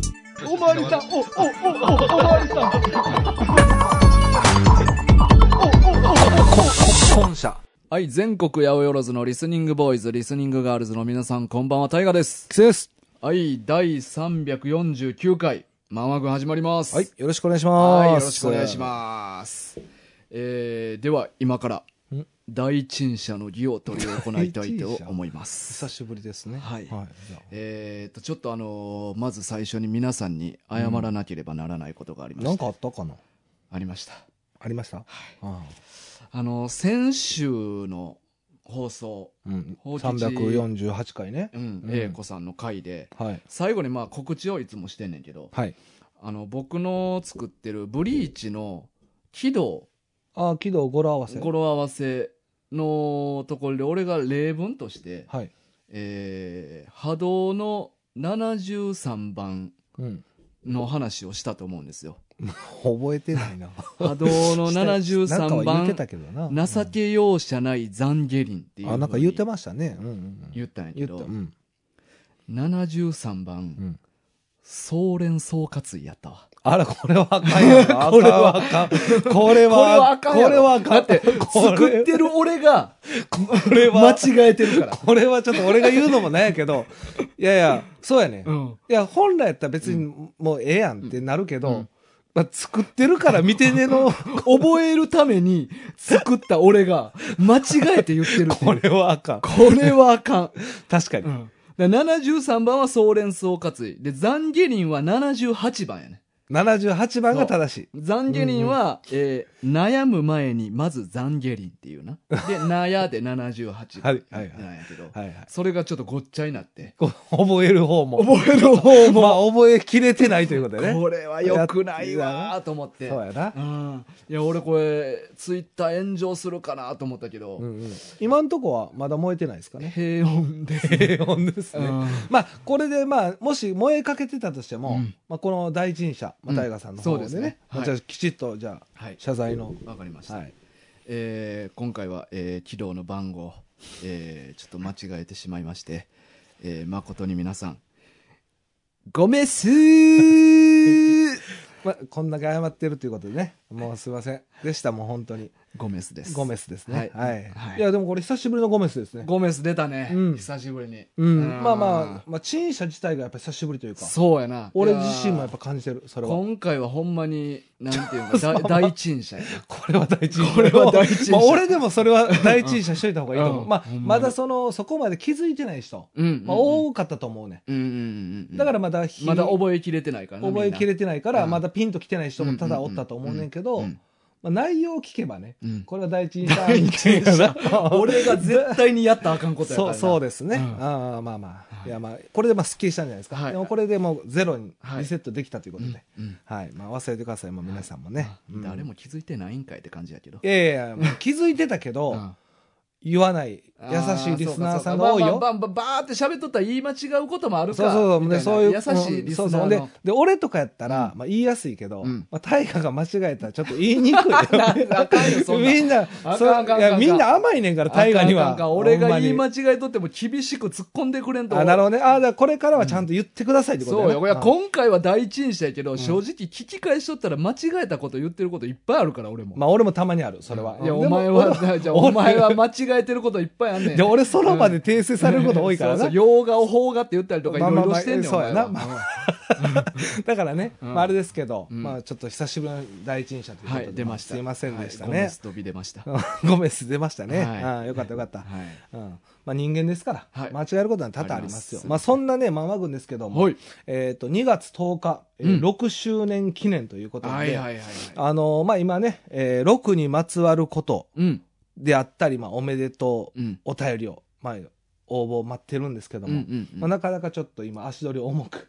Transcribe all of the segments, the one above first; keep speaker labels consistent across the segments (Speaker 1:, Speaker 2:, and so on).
Speaker 1: まりさん、お、お、お、お、おまりさん。
Speaker 2: 本社。はい、全国八百万のリスニングボーイズ、リスニングガールズの皆さん、こんばんは、タイガです。
Speaker 3: キセです。
Speaker 2: はい、第349回、マンワ軍始まります。
Speaker 3: はい、よろしくお願いし
Speaker 2: は
Speaker 3: ます。
Speaker 2: い。よろしくお願いします。えー、では、今から
Speaker 3: ん、
Speaker 2: 第一人者の儀を執り行いたいと思います。
Speaker 3: 久しぶりですね。
Speaker 2: はい
Speaker 3: じゃあ
Speaker 2: えー、とちょっとあのーまず最初に皆さんに謝らなければならないことがありました、
Speaker 3: なんかあったかな
Speaker 2: ありました
Speaker 3: ありましたああ
Speaker 2: あのー先週の放送
Speaker 3: うん。
Speaker 2: 放置
Speaker 3: 348回ね
Speaker 2: う。ん
Speaker 3: うん
Speaker 2: 英子さんの回で
Speaker 3: はい。
Speaker 2: 最後にまあ告知をいつもしてんねんけど
Speaker 3: はい。
Speaker 2: あの僕の作ってるブリーチの喜怒
Speaker 3: ああ、喜怒語呂合わせ。
Speaker 2: 語呂合わせのところで俺が例文として、
Speaker 3: はい。
Speaker 2: えー波動の73番
Speaker 3: うん。
Speaker 2: の話をしたと思うんですよ
Speaker 3: 覚えてな いな。
Speaker 2: 波動の
Speaker 3: なんか
Speaker 2: 73
Speaker 3: は言っ
Speaker 2: 番
Speaker 3: てたけどな。
Speaker 2: 情け容赦ない残下林っていう
Speaker 3: あ、なんか言って
Speaker 2: ま
Speaker 3: ましたね。うんうんうん。
Speaker 2: 言ったんやけ
Speaker 3: 言
Speaker 2: ど、
Speaker 3: った。うん。
Speaker 2: 73番、
Speaker 3: うん
Speaker 2: 総連総括位やったわ
Speaker 3: あら、これはあかん やろ。これはあかん。これは、
Speaker 2: やろ
Speaker 3: これはあかん。
Speaker 2: だって 作ってる俺が
Speaker 3: これは
Speaker 2: 間、違えてるから、
Speaker 3: これはちょっと 俺が言うのもなんやけど、いやいや、そうやね。
Speaker 2: うん
Speaker 3: いや、本来やったら別にもうええやんってなるけど、
Speaker 2: うん
Speaker 3: まあ、作ってるから見て ねの、
Speaker 2: 覚えるために作った俺が間違えて言ってるっていう
Speaker 3: これはあかん。
Speaker 2: これはあかん、
Speaker 3: 確かに。
Speaker 2: だから73番は総連総括位で残下林は78番やね
Speaker 3: 78番が正しい。
Speaker 2: 残下輪は、えー悩む前にまず残下輪っていうな。で、 悩で78
Speaker 3: はいはいはい
Speaker 2: なんやけど、
Speaker 3: はいはい。
Speaker 2: それがちょっとごっちゃになって。
Speaker 3: こう覚える方も。
Speaker 2: 覚える方も、
Speaker 3: まあ、覚えきれてないということでね。
Speaker 2: これは良くないわーと思って。
Speaker 3: そうやな。
Speaker 2: うん、いや俺これツイッター炎上するかなと思ったけど、
Speaker 3: うんうん、今んとこはまだ燃えてないですかね。
Speaker 2: 平穏です、
Speaker 3: 平穏です
Speaker 2: う
Speaker 3: ね。
Speaker 2: ん
Speaker 3: まあ、これで、まあ、もし燃えかけてたとしても、
Speaker 2: うん
Speaker 3: まあ、この第一人者、まあ、大河さんの方
Speaker 2: うん
Speaker 3: で
Speaker 2: そうです
Speaker 3: ね
Speaker 2: ね、
Speaker 3: まあじゃあきちっと、じゃあ、
Speaker 2: はい
Speaker 3: 謝罪の、
Speaker 2: わかりました、
Speaker 3: はい。
Speaker 2: えー今回は、えー、軌道の番号、えーちょっと間違えてしまいまして、えー誠に皆さん、ごめっす ー
Speaker 3: まあ、こんだけ謝ってるということでね、もうすいません。でした、もう本当に。
Speaker 2: ゴメスです。
Speaker 3: ゴメスですね。
Speaker 2: は
Speaker 3: はいい。
Speaker 2: はい
Speaker 3: い、や、でもこれ久しぶりのゴメスですね。
Speaker 2: ゴメス出たね、
Speaker 3: うん
Speaker 2: 久しぶりに。
Speaker 3: うん。まあまあ、まあ、陳謝自体がやっぱり久しぶりという
Speaker 2: あ
Speaker 3: か、
Speaker 2: そうやな。
Speaker 3: 俺自身もやっ
Speaker 2: ぱ
Speaker 3: ぱ感じてる、それは。
Speaker 2: 今回はほんまに、なんていうか、 だ第一人者や
Speaker 3: これは第一印象。
Speaker 2: これは第一印象
Speaker 3: まあ、俺でもそれは第一印象しといた方がいいと思
Speaker 2: う
Speaker 3: う。
Speaker 2: ん
Speaker 3: まあ、
Speaker 2: ほんまに
Speaker 3: まだその、そこまで気づいてない人、
Speaker 2: うんうんうん
Speaker 3: まあ、多かったと思うね。
Speaker 2: うんうんうんうん。
Speaker 3: だからまだ日
Speaker 2: まだ覚えきれてないからな。
Speaker 3: 覚えきれ
Speaker 2: て
Speaker 3: てないから、まだピンと来てない人もただおったと思うねんけど、まあ、内容を聞けばね、
Speaker 2: うん
Speaker 3: これは第一印象。
Speaker 2: 第一印象 俺が絶対にやったらあかんことやから
Speaker 3: そう
Speaker 2: な。
Speaker 3: そうですね、
Speaker 2: うん
Speaker 3: ああまあまあ、
Speaker 2: はい
Speaker 3: い、やまあこれでまあすっきりしたんじゃないですか、
Speaker 2: はい
Speaker 3: でもこれでもうゼロに
Speaker 2: はい
Speaker 3: リセットできたということで、
Speaker 2: うんうん
Speaker 3: はいまあ、忘れてくださいもう皆さんもね、うん
Speaker 2: 誰も気づいてないんかいって感じやけど
Speaker 3: い。やいやいやもう気づいてたけど、
Speaker 2: うん
Speaker 3: 言わない優しいリスナーさんが多い
Speaker 2: あーそ
Speaker 3: よ
Speaker 2: うかそうかまあまあまあバーって喋っとったら言い間違うこともあるか
Speaker 3: そうそうそう
Speaker 2: みたい
Speaker 3: で
Speaker 2: な
Speaker 3: そういう
Speaker 2: 優しいリスナ
Speaker 3: うんそうそ
Speaker 2: ー
Speaker 3: うで
Speaker 2: の。
Speaker 3: で俺とかやったら、まあ、言いやすいけど、
Speaker 2: うん
Speaker 3: まあ、大河が間違えたらちょっと言いにくいよ
Speaker 2: あかんよそんな
Speaker 3: みんな
Speaker 2: あかん
Speaker 3: そう
Speaker 2: あかん
Speaker 3: い
Speaker 2: あか
Speaker 3: や
Speaker 2: ん
Speaker 3: みんな甘いねんから大河に
Speaker 2: あかんあ
Speaker 3: は
Speaker 2: かんあかん俺
Speaker 3: ほんま
Speaker 2: が
Speaker 3: に
Speaker 2: 言い間違えとっても厳しく突っ込んでくれんと。
Speaker 3: あなるほどねあーだからこれからはちゃんと言ってくださいってことだ
Speaker 2: そうよ。いや、
Speaker 3: うん
Speaker 2: 今回は第一印象やけど、正直聞き返しとったら間違えたこと言ってることいっぱいあるから、俺も。
Speaker 3: まあ俺もたまにある、それは。
Speaker 2: いや、
Speaker 3: で
Speaker 2: お
Speaker 3: も
Speaker 2: 前
Speaker 3: 俺
Speaker 2: は、じゃあお前は間違えてることいっぱいあんねん。
Speaker 3: で、俺その場で訂正されること多いから
Speaker 2: そう
Speaker 3: な
Speaker 2: そう。洋画を邦画って言ったりとかい
Speaker 3: まあ
Speaker 2: ろい
Speaker 3: まあ
Speaker 2: ろ
Speaker 3: まあ
Speaker 2: してんねん、
Speaker 3: そうやな
Speaker 2: お前は
Speaker 3: だからね、
Speaker 2: うん
Speaker 3: まああれですけど、
Speaker 2: うん
Speaker 3: まあちょっと久しぶりの第一印象ということ
Speaker 2: は
Speaker 3: で。
Speaker 2: い、出ました。
Speaker 3: すいませんでした
Speaker 2: はいゴメ
Speaker 3: ね
Speaker 2: ス。飛び出ました。は
Speaker 3: ごめん、出ましたね。
Speaker 2: はい
Speaker 3: ああよかったよかった。
Speaker 2: い。
Speaker 3: うんまあ人間ですから、
Speaker 2: はい
Speaker 3: 間違えることは多々ありますよ
Speaker 2: あ。ります
Speaker 3: まあそんなね、ママ軍ですけども、
Speaker 2: はい
Speaker 3: えっと、2月10日、え
Speaker 2: うん
Speaker 3: ー6周年記念ということで、
Speaker 2: はいはいはいはい。
Speaker 3: あのー、まあ今ね、えー6にまつわること
Speaker 2: うん。
Speaker 3: であったり、まあおめでとう、
Speaker 2: うん。
Speaker 3: お便りを、まあ応募待ってるんですけど
Speaker 2: うんう
Speaker 3: も、
Speaker 2: んうん
Speaker 3: まあ、なかなかちょっと今足取り重 く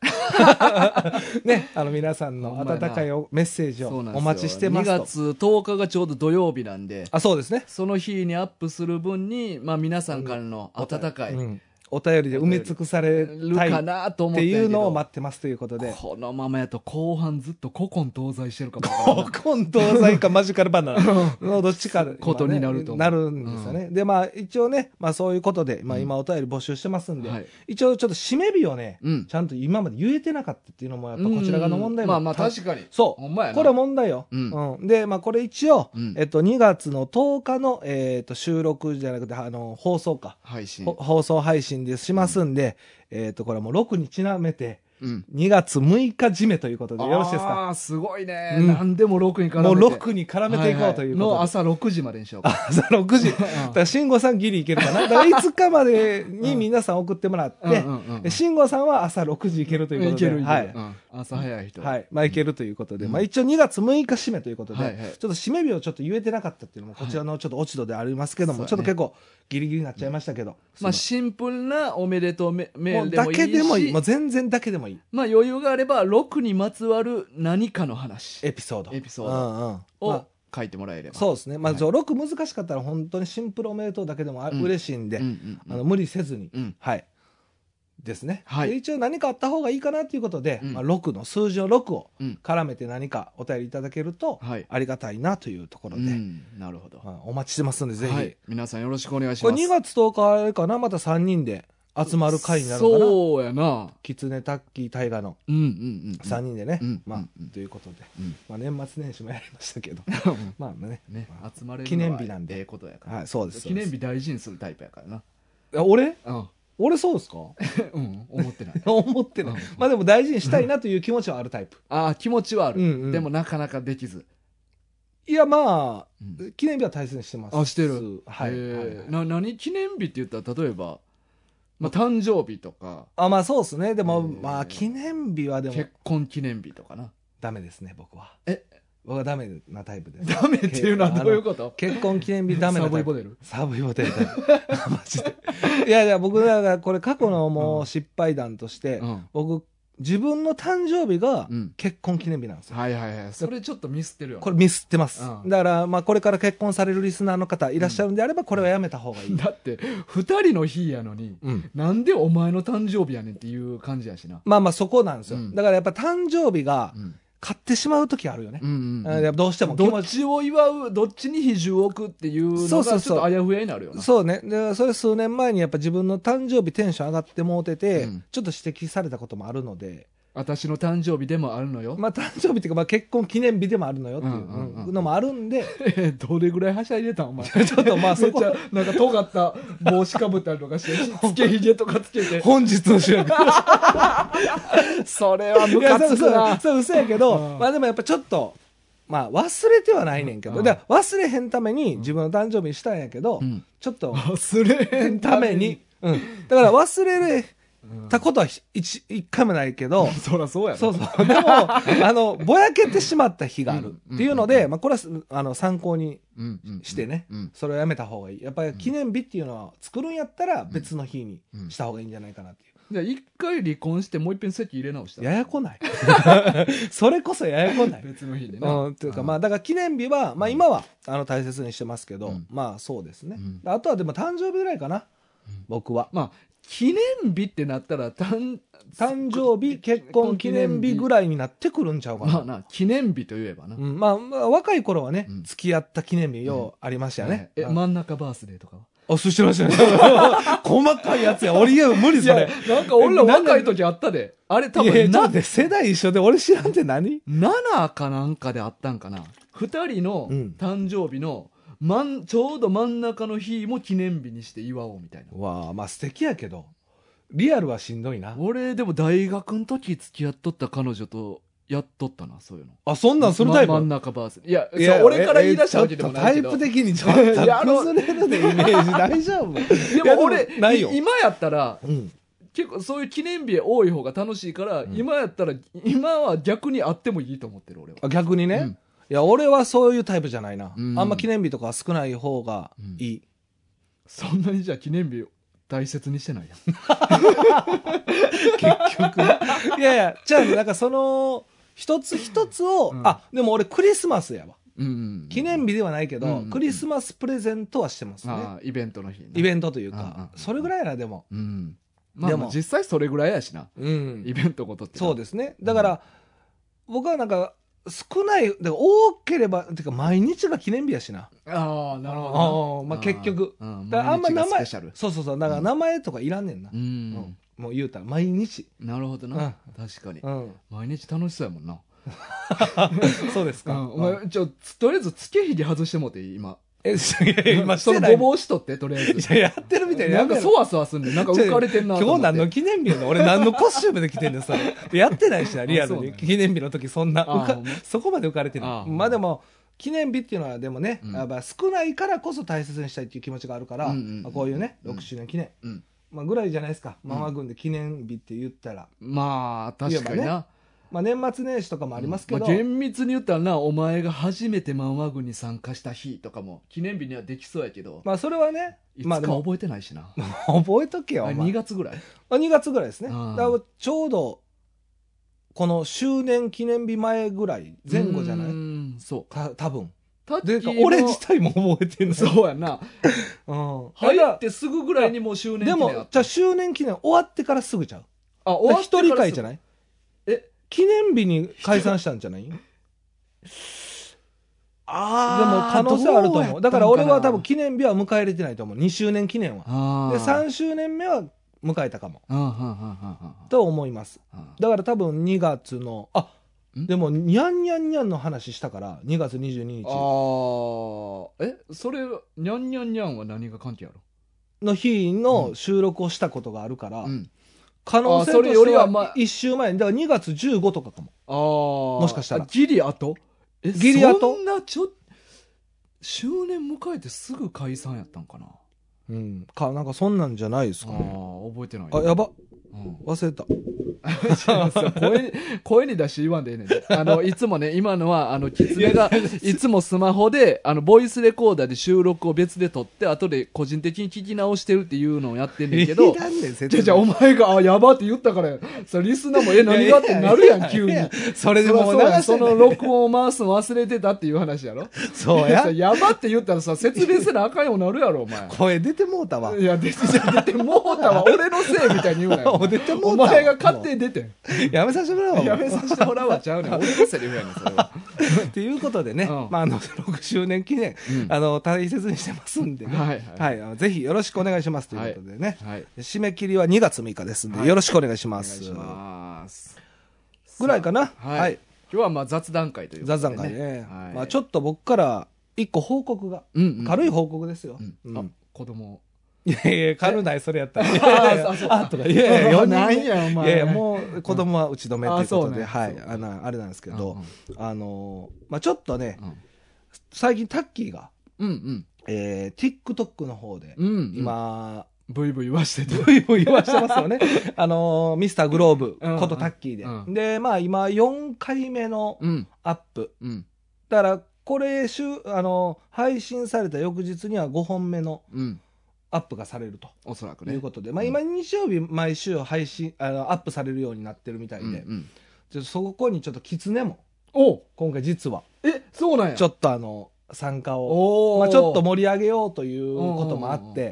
Speaker 3: ねあの皆さんの
Speaker 2: ほんまや
Speaker 3: 温
Speaker 2: な
Speaker 3: かいおメッセージを
Speaker 2: そうなんですよ
Speaker 3: お待ちしてます
Speaker 2: 2
Speaker 3: と
Speaker 2: 月10日がちょうど土曜日なんで、
Speaker 3: あそうですね
Speaker 2: その日にアップする分に、まあ皆さんからの温かい、
Speaker 3: うんお便りで埋め尽くされ
Speaker 2: る
Speaker 3: たい
Speaker 2: か
Speaker 3: っ
Speaker 2: なと思ってて
Speaker 3: いうのを待ってますということで。
Speaker 2: このままやと後半ずっと古今東西してるかもわからんな
Speaker 3: 古今東西かマジカルバナナのどっちか、
Speaker 2: ことになると思う
Speaker 3: なるんですよね。で、まあ一応ね、まあそういうことで、まあ
Speaker 2: うん
Speaker 3: 今お便り募集してますんで、
Speaker 2: はい
Speaker 3: 一応ちょっと締め日をね、
Speaker 2: うん
Speaker 3: ちゃんと今まで言えてなかったっていうのもやっぱこちら側の問題も。
Speaker 2: まあまあ確かに
Speaker 3: そ
Speaker 2: ほんまや
Speaker 3: う。
Speaker 2: な
Speaker 3: これ問題よ。
Speaker 2: うん
Speaker 3: うんで、まあこれ一応、
Speaker 2: うん
Speaker 3: えっと2月の10日の、えっと収録じゃなくて、あの、放送か。
Speaker 2: 配信
Speaker 3: ほ放送配信でしますんで、えっとこれはもう6にちなめて、
Speaker 2: うん
Speaker 3: 2月6日締めということでよろしいですか
Speaker 2: あーすごいね、
Speaker 3: うん
Speaker 2: 何でも6に絡め
Speaker 3: も
Speaker 2: て
Speaker 3: う6に絡めていこうということで。
Speaker 2: ははの朝6時までにしようか
Speaker 3: 朝6時。だから、慎吾さんギリいけるかな。だから、5日までに皆さん送ってもらっ
Speaker 2: うんう
Speaker 3: て
Speaker 2: んうんう、ん
Speaker 3: で慎吾さんは朝6時いけるというこ
Speaker 2: い
Speaker 3: と
Speaker 2: け
Speaker 3: で。
Speaker 2: るいける、
Speaker 3: はい。
Speaker 2: うん朝早い人
Speaker 3: はい。まあ、いけるということで、
Speaker 2: うん
Speaker 3: まあ、一応2月6日締めということで、
Speaker 2: はいはい
Speaker 3: ちょっと締め日をちょっと言えてなかったっていうのも、こちらのちょっと落ち度でありますけども、
Speaker 2: はい
Speaker 3: ちょっと結構ギリギリになっちゃいましたけど。
Speaker 2: まあ
Speaker 3: す
Speaker 2: シンプルなおめでとうメ
Speaker 3: い
Speaker 2: メール
Speaker 3: ませんもう
Speaker 2: で
Speaker 3: だ
Speaker 2: もいいし
Speaker 3: けでもいい。もう全然だけでもいい。
Speaker 2: まあ余裕があれば6にまつわる何かの話
Speaker 3: エピソード。
Speaker 2: エピソード
Speaker 3: うんうん。まあ
Speaker 2: を書いてもらえれば、
Speaker 3: そうですね。まあ、
Speaker 2: はい
Speaker 3: じゃあ6難しかったら本当にシンプルおめでとうだけでもあ
Speaker 2: うん
Speaker 3: 嬉しいんで、
Speaker 2: うんうんうん
Speaker 3: あの無理せずに、
Speaker 2: うん
Speaker 3: はい。ですね。
Speaker 2: はい
Speaker 3: で一応何かあった方がいいかなということで、
Speaker 2: うん
Speaker 3: まあ、6の数字の6を
Speaker 2: うん
Speaker 3: 絡めて何かお便りいただけると、
Speaker 2: はい
Speaker 3: ありがたいなというところで、
Speaker 2: うんなるほど、
Speaker 3: まあ、お待ちしてますんで、ぜひ。
Speaker 2: はい、皆さんよろしくお願いし
Speaker 3: こ
Speaker 2: ま
Speaker 3: れ
Speaker 2: す
Speaker 3: 2月10日あれかなまた3人で集まる回になるのかな
Speaker 2: そうやな
Speaker 3: キツネタッキー大河の
Speaker 2: うんうんうん
Speaker 3: 3人でね、
Speaker 2: うん
Speaker 3: まあ、
Speaker 2: うん
Speaker 3: ということで、
Speaker 2: うん
Speaker 3: まあ、年末年始もやりましたけどまあね
Speaker 2: ね
Speaker 3: まあ
Speaker 2: 集まれるのは
Speaker 3: 記念日なんで
Speaker 2: ええことやから、
Speaker 3: はい、そうです
Speaker 2: 記念日大事にするタイプやからな
Speaker 3: いや俺
Speaker 2: うん
Speaker 3: 俺そうですか
Speaker 2: うん思ってない
Speaker 3: 思ってない。まあでも大事にしたいなという気持ちはあるタイプ。
Speaker 2: ああ気持ちはある、
Speaker 3: うんうん
Speaker 2: でもなかなかできず、
Speaker 3: いや、ま
Speaker 2: う
Speaker 3: あ
Speaker 2: ん、
Speaker 3: 記念日は大切にしてます。
Speaker 2: あしてる
Speaker 3: はい。
Speaker 2: へえ
Speaker 3: はいはい
Speaker 2: な何記念日って言ったら例えば、まあ、誕生日とか
Speaker 3: あ、まあそうですね。でも、
Speaker 2: へえ
Speaker 3: まあ記念日はでも
Speaker 2: 結、婚記念日とかな
Speaker 3: ダメですね、僕は。
Speaker 2: え
Speaker 3: 僕はダメなタイプです。
Speaker 2: ダメっていうのはどういうこと
Speaker 3: 結婚記念日ダメ
Speaker 2: サ
Speaker 3: なタ
Speaker 2: ブ
Speaker 3: イ
Speaker 2: イボ
Speaker 3: プ。
Speaker 2: デル
Speaker 3: サブイボテルタイプ。 マジで。いやいや、僕、だからこれ過去のも
Speaker 2: う
Speaker 3: うん失敗談として
Speaker 2: う、ん
Speaker 3: 僕、自分の誕生日が
Speaker 2: うん
Speaker 3: 結婚記念日なんですよ。
Speaker 2: はいはいはいそれちょっとミスってるよね
Speaker 3: これミスってます。
Speaker 2: うん
Speaker 3: だから、まあこれから結婚されるリスナーの方いらっしゃるんであれば、これはやめた方がい い。
Speaker 2: だって2人の日やのに
Speaker 3: うん。
Speaker 2: なんでお前の誕生日やねんっていう感じやしな
Speaker 3: まあまあそこなんですよ。
Speaker 2: うん
Speaker 3: だからやっぱ誕生日が
Speaker 2: うん
Speaker 3: 買ってしまう時あるよね。
Speaker 2: うんうん
Speaker 3: うんやっぱどうしても気
Speaker 2: ど
Speaker 3: 持
Speaker 2: っ
Speaker 3: ち。
Speaker 2: ちを祝うどっちに比重を置くっていうのがち
Speaker 3: そ
Speaker 2: ょ
Speaker 3: う
Speaker 2: っ
Speaker 3: そ
Speaker 2: と
Speaker 3: うそう
Speaker 2: あやふやになるよな
Speaker 3: そうね。で、それ数年前にやっぱ自分の誕生日テンション上がってもうてて、
Speaker 2: うん
Speaker 3: ちょっと指摘されたこともあるので、
Speaker 2: 私の誕生日でもあるのよ、
Speaker 3: まあ誕生日っていうか、まあ結婚記念日でもあるのよっていう
Speaker 2: うんうんうん
Speaker 3: うんのもあるんで、
Speaker 2: どれぐらいはしゃいでたんお 前
Speaker 3: ちょっとまあ
Speaker 2: め
Speaker 3: そ
Speaker 2: っ
Speaker 3: こ
Speaker 2: ち、ゃなんか尖った帽子かぶったりとか してつけひげとかつけて
Speaker 3: 本日の主 役。
Speaker 2: それはいム
Speaker 3: や、
Speaker 2: カ
Speaker 3: そ
Speaker 2: つく
Speaker 3: うそう、
Speaker 2: な
Speaker 3: そう、嘘やけど、
Speaker 2: うん
Speaker 3: まあでもやっぱちょっと、まあ忘れてはないねんけ
Speaker 2: う
Speaker 3: ど、
Speaker 2: ん
Speaker 3: だから忘れへんために自分の誕生日にしたんやけど
Speaker 2: うん、
Speaker 3: ちょっと、
Speaker 2: 忘れへん
Speaker 3: た
Speaker 2: ため
Speaker 3: め
Speaker 2: に
Speaker 3: に、うん、だから忘れ
Speaker 2: うん、
Speaker 3: たことはひ一一回もないけど
Speaker 2: そら そうやろ
Speaker 3: そうそう。でも、あの、ぼやけてしまった日がある
Speaker 2: うん
Speaker 3: っていうので、まあ、これはす、あの、参考に
Speaker 2: うんうんうん
Speaker 3: してね
Speaker 2: うん、
Speaker 3: それをやめた方がいい。やっぱり記念日っていうのは、作るんやったら別の日にした方がいいんじゃないかなっていう。
Speaker 2: じゃあ一回離婚してもう一遍席入れ直した
Speaker 3: ややこない。 それこそややこない。
Speaker 2: 別の日でな、
Speaker 3: うん、というか、まあ、だから記念日は、まあ、今は、あの、大切にしてますけど、
Speaker 2: うん
Speaker 3: まあ、そうですね。
Speaker 2: うん
Speaker 3: あとは、でも、誕生日ぐらいかな。僕は。
Speaker 2: まあ記念日ってなったらたん
Speaker 3: 誕生日、結婚記念日ぐらいになってくるんちゃうかな。
Speaker 2: まあな記念日といえばな、
Speaker 3: うん、まあ、まあ、若い頃はね、
Speaker 2: うん
Speaker 3: 付き合った記念日ようありましたよね。
Speaker 2: え
Speaker 3: うん
Speaker 2: 真ん中バースデーとかは
Speaker 3: あ、そうしてましたね。 細かいやつや。俺言う無理それ。
Speaker 2: なんか俺ら若い時あったであれ多
Speaker 3: いや
Speaker 2: 分
Speaker 3: ちょっと
Speaker 2: な
Speaker 3: 待って世代一緒で俺知らんって何
Speaker 2: 7かなんかであったんかな2人の
Speaker 3: うん
Speaker 2: 誕生日の、まんちょうど真ん中の日も記念日にして祝おうみたいな
Speaker 3: わあ、まあ素敵やけど、リアルはしんどいな。
Speaker 2: 俺でも大学の時付き合っとった彼女とやっとったなそういうの
Speaker 3: あ、そんなんするタイプ、
Speaker 2: ま真ん中バースデーいやそう俺から言い出したわけでもないけど
Speaker 3: えちょっとタイプ的にちょっと
Speaker 2: いやあの
Speaker 3: 崩れるでイメージ大丈夫。
Speaker 2: で
Speaker 3: いや
Speaker 2: も俺
Speaker 3: ないよ
Speaker 2: い。今やったら
Speaker 3: うん。
Speaker 2: 結構そういう記念日多い方が楽しいから、
Speaker 3: ん
Speaker 2: 今やったら今は逆にあってもいいと思ってる俺は
Speaker 3: あ逆にね、
Speaker 2: うん
Speaker 3: いや、俺はそういうタイプじゃないな。
Speaker 2: うん
Speaker 3: あんま記念日とか少ない方がいい。
Speaker 2: そんなにじゃあ記念日を大切にしてないやん
Speaker 3: 結局。いやいや、じゃあね、なんかその、一つ一つを、
Speaker 2: うん
Speaker 3: あ、でも俺クリスマスやわ。
Speaker 2: うんうん
Speaker 3: 記念日ではないけど、
Speaker 2: うんうん
Speaker 3: クリスマスプレゼントはしてますね。
Speaker 2: ああイベントの日
Speaker 3: イベントという
Speaker 2: うんうん
Speaker 3: か、それぐらいやな、でも。
Speaker 2: うんまあ、
Speaker 3: で
Speaker 2: ま
Speaker 3: も
Speaker 2: あ実際それぐらいやしな、
Speaker 3: うん
Speaker 2: イベントごとって
Speaker 3: そう
Speaker 2: で
Speaker 3: ですねだから、僕はなんか少ないだから多ければてか毎日が記念日やしな
Speaker 2: ああなるほど
Speaker 3: ああまあ
Speaker 2: ー
Speaker 3: 結局
Speaker 2: うん
Speaker 3: だからあんま
Speaker 2: 毎日が
Speaker 3: 名
Speaker 2: ス
Speaker 3: 前
Speaker 2: ペシャル
Speaker 3: そうそうそうだから名前とかいらんねんな
Speaker 2: う、
Speaker 3: うん
Speaker 2: ん、
Speaker 3: もう言うたら毎日
Speaker 2: なるほどな、確かに、
Speaker 3: うん
Speaker 2: 毎日楽しそうやもんな、
Speaker 3: そうです
Speaker 2: う
Speaker 3: か、
Speaker 2: ん、お前ちょつとりあえずつけひげ外してもうていい今
Speaker 3: えいや今
Speaker 2: そ
Speaker 3: し
Speaker 2: の
Speaker 3: てない
Speaker 2: ごぼうしとってとりあえず
Speaker 3: いややってるみたいに
Speaker 2: な
Speaker 3: や
Speaker 2: ん
Speaker 3: め
Speaker 2: か
Speaker 3: ろ
Speaker 2: そわそわすんねんなんか浮かれてんなと
Speaker 3: 今
Speaker 2: 思っ
Speaker 3: 日
Speaker 2: て
Speaker 3: 何の記念日やの俺何のコスチュームで来てんねんそれやってないしなリアル
Speaker 2: あそう
Speaker 3: に
Speaker 2: なんや
Speaker 3: 記念日の時そんな
Speaker 2: あ
Speaker 3: 浮か
Speaker 2: ほんま
Speaker 3: そこまで浮かれて
Speaker 2: あ
Speaker 3: ない
Speaker 2: ほん
Speaker 3: ま
Speaker 2: ま
Speaker 3: あでも記念日っていうのはでもね、
Speaker 2: うん
Speaker 3: やっぱ少ないからこそ大切にしたいっていう気持ちがあるから、
Speaker 2: うんうんうん
Speaker 3: まあこういうね
Speaker 2: うん
Speaker 3: 6周年記念、
Speaker 2: うん
Speaker 3: まあ、ぐらいじゃないですか、
Speaker 2: ん
Speaker 3: ママ軍で記念日って言ったら、
Speaker 2: まあ確かに
Speaker 3: いや
Speaker 2: な、
Speaker 3: まあ、年末年始とかもありますけど、
Speaker 2: あ厳密に言ったらなお前が初めてマンワ軍に参加した日とかも記念日にはできそうやけど、
Speaker 3: まあそれはね
Speaker 2: いつ
Speaker 3: ま
Speaker 2: か
Speaker 3: あでも
Speaker 2: 覚えてないしな、
Speaker 3: 覚えとけよ
Speaker 2: あ
Speaker 3: お
Speaker 2: れ
Speaker 3: 前
Speaker 2: 2月ぐらい
Speaker 3: まあ2月ぐらいですね、
Speaker 2: うん
Speaker 3: だからちょうどこの周年記念日前ぐらい前後じゃな
Speaker 2: うー
Speaker 3: い
Speaker 2: んそう
Speaker 3: た多分
Speaker 2: タッキ
Speaker 3: で
Speaker 2: ーの
Speaker 3: 俺自体も覚えてん の
Speaker 2: そうやな
Speaker 3: うん
Speaker 2: 入
Speaker 3: ただ
Speaker 2: ってすぐぐらいにもう周年
Speaker 3: で
Speaker 2: 記念あ
Speaker 3: も
Speaker 2: っ
Speaker 3: じゃ
Speaker 2: た
Speaker 3: あ周年記念終わってからすぐちゃう
Speaker 2: あ
Speaker 3: だから一人会じゃ
Speaker 2: い
Speaker 3: ない
Speaker 2: え
Speaker 3: 記念日に解散したんじゃないでも
Speaker 2: あ
Speaker 3: 可能性はあると思うだから俺は多分
Speaker 2: で
Speaker 3: 記念日は迎え入れてないと思う2周年記念はで
Speaker 2: 3
Speaker 3: 3周年目は迎えたかも
Speaker 2: うんうんうんうんうん
Speaker 3: と思います
Speaker 2: うん
Speaker 3: だから多分2月のあ
Speaker 2: ん
Speaker 3: でもにゃんにゃんにゃんの話したから2月22日
Speaker 2: ああえそれにゃんにゃんにゃんは何が関係ある
Speaker 3: の日
Speaker 2: う
Speaker 3: の収録をしたことがあるから、
Speaker 2: うん
Speaker 3: 可能性
Speaker 2: あそ
Speaker 3: と
Speaker 2: れよ
Speaker 3: し
Speaker 2: り
Speaker 3: て
Speaker 2: はまあ
Speaker 3: は1週前にだから2月15とかかも
Speaker 2: あも
Speaker 3: もしかしたら
Speaker 2: ギリ後え
Speaker 3: ギリ後
Speaker 2: そんなちょ周年迎えてすぐ解散やったんかな
Speaker 3: うんかなんかそんなんじゃないです
Speaker 2: あ
Speaker 3: か
Speaker 2: あ
Speaker 3: ね
Speaker 2: ー覚えてない
Speaker 3: あやば
Speaker 2: うん
Speaker 3: 忘れた
Speaker 2: そう声に声に出して言わんでええねんであのいつもね今のはあのキツネがいつもスマホであのボイスレコーダーで収録を別で撮って後で個人的に聞き直してるっていうのをやってんねんけど
Speaker 3: いらんねん
Speaker 2: じゃ
Speaker 3: 説
Speaker 2: じゃお前が「あやば」って言ったからそれリスナーも「え何が?」ってなるやん急に
Speaker 3: いやいやそれでもう
Speaker 2: そら
Speaker 3: 流
Speaker 2: そうやん
Speaker 3: せ
Speaker 2: そ
Speaker 3: ない
Speaker 2: の録音を回すの忘れてたっていう話やろ
Speaker 3: そうや
Speaker 2: そうやばって言ったらさ説明せなあかんようになるやろお前
Speaker 3: 声出てもうたわ
Speaker 2: いや出て出てもうたわ俺のせいみたいに言うなよ
Speaker 3: お出てもうたわ
Speaker 2: お前が勝手に出てん
Speaker 3: やめさせてもらおう
Speaker 2: やめさせてもらうわちゃうねん俺のセリフやねんそれは
Speaker 3: っていうことでね、
Speaker 2: うん
Speaker 3: まあ、あの6周年記念、
Speaker 2: うん
Speaker 3: あの大切にしてますんでね、
Speaker 2: はい
Speaker 3: はいあのぜひよろしくお願いしますということでね、
Speaker 2: はい
Speaker 3: 締め切りは2月6日ですんで、
Speaker 2: はい
Speaker 3: よろしくお願いし
Speaker 2: お願
Speaker 3: ま
Speaker 2: い
Speaker 3: す
Speaker 2: します
Speaker 3: ぐらいかな
Speaker 2: はい、
Speaker 3: はい
Speaker 2: 今日はまあ雑談会ということ
Speaker 3: 雑
Speaker 2: で
Speaker 3: 談会ね、
Speaker 2: はい
Speaker 3: まあ、ちょっと僕から一個報告が、
Speaker 2: うんうん
Speaker 3: 軽い報告ですよ、
Speaker 2: うん
Speaker 3: うん
Speaker 2: あ子供
Speaker 3: いやいや軽ないそれやったらい
Speaker 2: あ
Speaker 3: やいや
Speaker 2: あそう
Speaker 3: あとかいやいや4人
Speaker 2: な
Speaker 3: 目
Speaker 2: んやお前
Speaker 3: いやいやもう子供は打ち止めというこ
Speaker 2: あそう
Speaker 3: と
Speaker 2: なん
Speaker 3: で、
Speaker 2: や
Speaker 3: はい
Speaker 2: そう
Speaker 3: あのあれなんですけど、
Speaker 2: うん
Speaker 3: あのまあ、ちょっとね、
Speaker 2: うん
Speaker 3: 最近タッキーが、
Speaker 2: うん
Speaker 3: えー、TikTok の方で、
Speaker 2: うんうん
Speaker 3: 今
Speaker 2: ブイブイ言わしてて
Speaker 3: ブイブイ言わしてます よねあのミスターグローブ
Speaker 2: うん
Speaker 3: ことタッキーで、
Speaker 2: うん
Speaker 3: でまあ今4回目の
Speaker 2: うん
Speaker 3: アップ
Speaker 2: うん
Speaker 3: だからこれ週あの配信された翌日には5本目の
Speaker 2: うん
Speaker 3: アップがされると
Speaker 2: おそらく
Speaker 3: と
Speaker 2: ね
Speaker 3: いうことで、まあ、今日曜日毎週配信あのアップされるようになってるみたいで、
Speaker 2: うんうん
Speaker 3: ちょっとそこにちょっと狐も
Speaker 2: お
Speaker 3: 今回実は
Speaker 2: えそうなんや
Speaker 3: ちょっとあの参加を、
Speaker 2: お
Speaker 3: まあ、ちょっと
Speaker 2: も
Speaker 3: 盛り上げようということもあって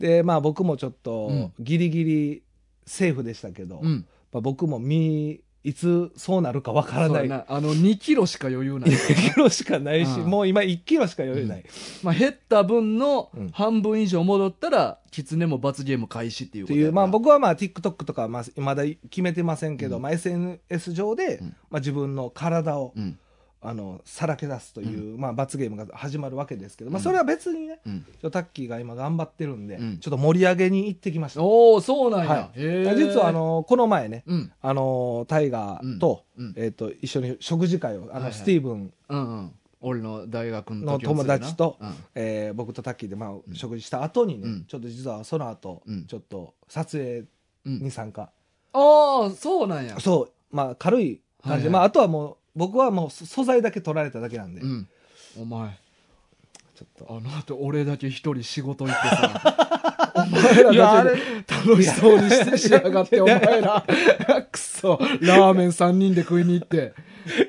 Speaker 3: で、まあ、僕もちょっ
Speaker 2: う
Speaker 3: と
Speaker 2: ん
Speaker 3: ギリギリセーフでしたけど、
Speaker 2: うん
Speaker 3: まあ、僕も身いつそうなるかわから
Speaker 2: そ
Speaker 3: な
Speaker 2: う
Speaker 3: い
Speaker 2: やなあの2キロしか余 裕ない
Speaker 3: 1 キロしかないし、
Speaker 2: うん
Speaker 3: もう今1キロしか余裕ない、
Speaker 2: まあ減った分の
Speaker 3: うん
Speaker 2: 半分以上戻ったら狐も罰ゲーム開始っていう
Speaker 3: っ
Speaker 2: こ
Speaker 3: て
Speaker 2: と
Speaker 3: い
Speaker 2: や
Speaker 3: う、
Speaker 2: から
Speaker 3: まあ、僕はまあ TikTok とかはまあまだ決めてませんけど、
Speaker 2: うん
Speaker 3: まあ、SNS 上で、
Speaker 2: うん
Speaker 3: まあ、自分の体を
Speaker 2: うん
Speaker 3: あのさらけ出すという、まあ、罰ゲームが始まるわけですけど、
Speaker 2: う
Speaker 3: まあ、
Speaker 2: ん
Speaker 3: それは別にね、
Speaker 2: うん
Speaker 3: ちょタッキーが今頑張ってるんで、
Speaker 2: うん
Speaker 3: ちょっと盛り上げに行ってきました、
Speaker 2: おおそうなんや
Speaker 3: は
Speaker 2: へー
Speaker 3: 実はあのこの前ね
Speaker 2: うん
Speaker 3: あのタイガーと,、
Speaker 2: うん
Speaker 3: えー、と一緒に食事会をあ
Speaker 2: はいは
Speaker 3: の
Speaker 2: い
Speaker 3: スティーブン、
Speaker 2: うんうん俺の大学の
Speaker 3: の
Speaker 2: 時も
Speaker 3: 友
Speaker 2: そうやな
Speaker 3: 達と
Speaker 2: うん
Speaker 3: えー僕とタッキーで、ま
Speaker 2: ん
Speaker 3: あ、食事した後にね、
Speaker 2: うん
Speaker 3: ちょっと実はその後、
Speaker 2: うん
Speaker 3: ちょっと撮影
Speaker 2: うん
Speaker 3: に参加、
Speaker 2: ああそうなんや
Speaker 3: そうまあ軽い
Speaker 2: は
Speaker 3: 感じ、
Speaker 2: いはい
Speaker 3: まあ、あとはもう僕はもうそ素材だけ取られただけなんで、
Speaker 2: うんお前
Speaker 3: ちょっと
Speaker 2: あの後俺だけ一人仕事行ってさお前らだけ 楽し そうにしてしやがってお前らくそラーメン3人で食いに行って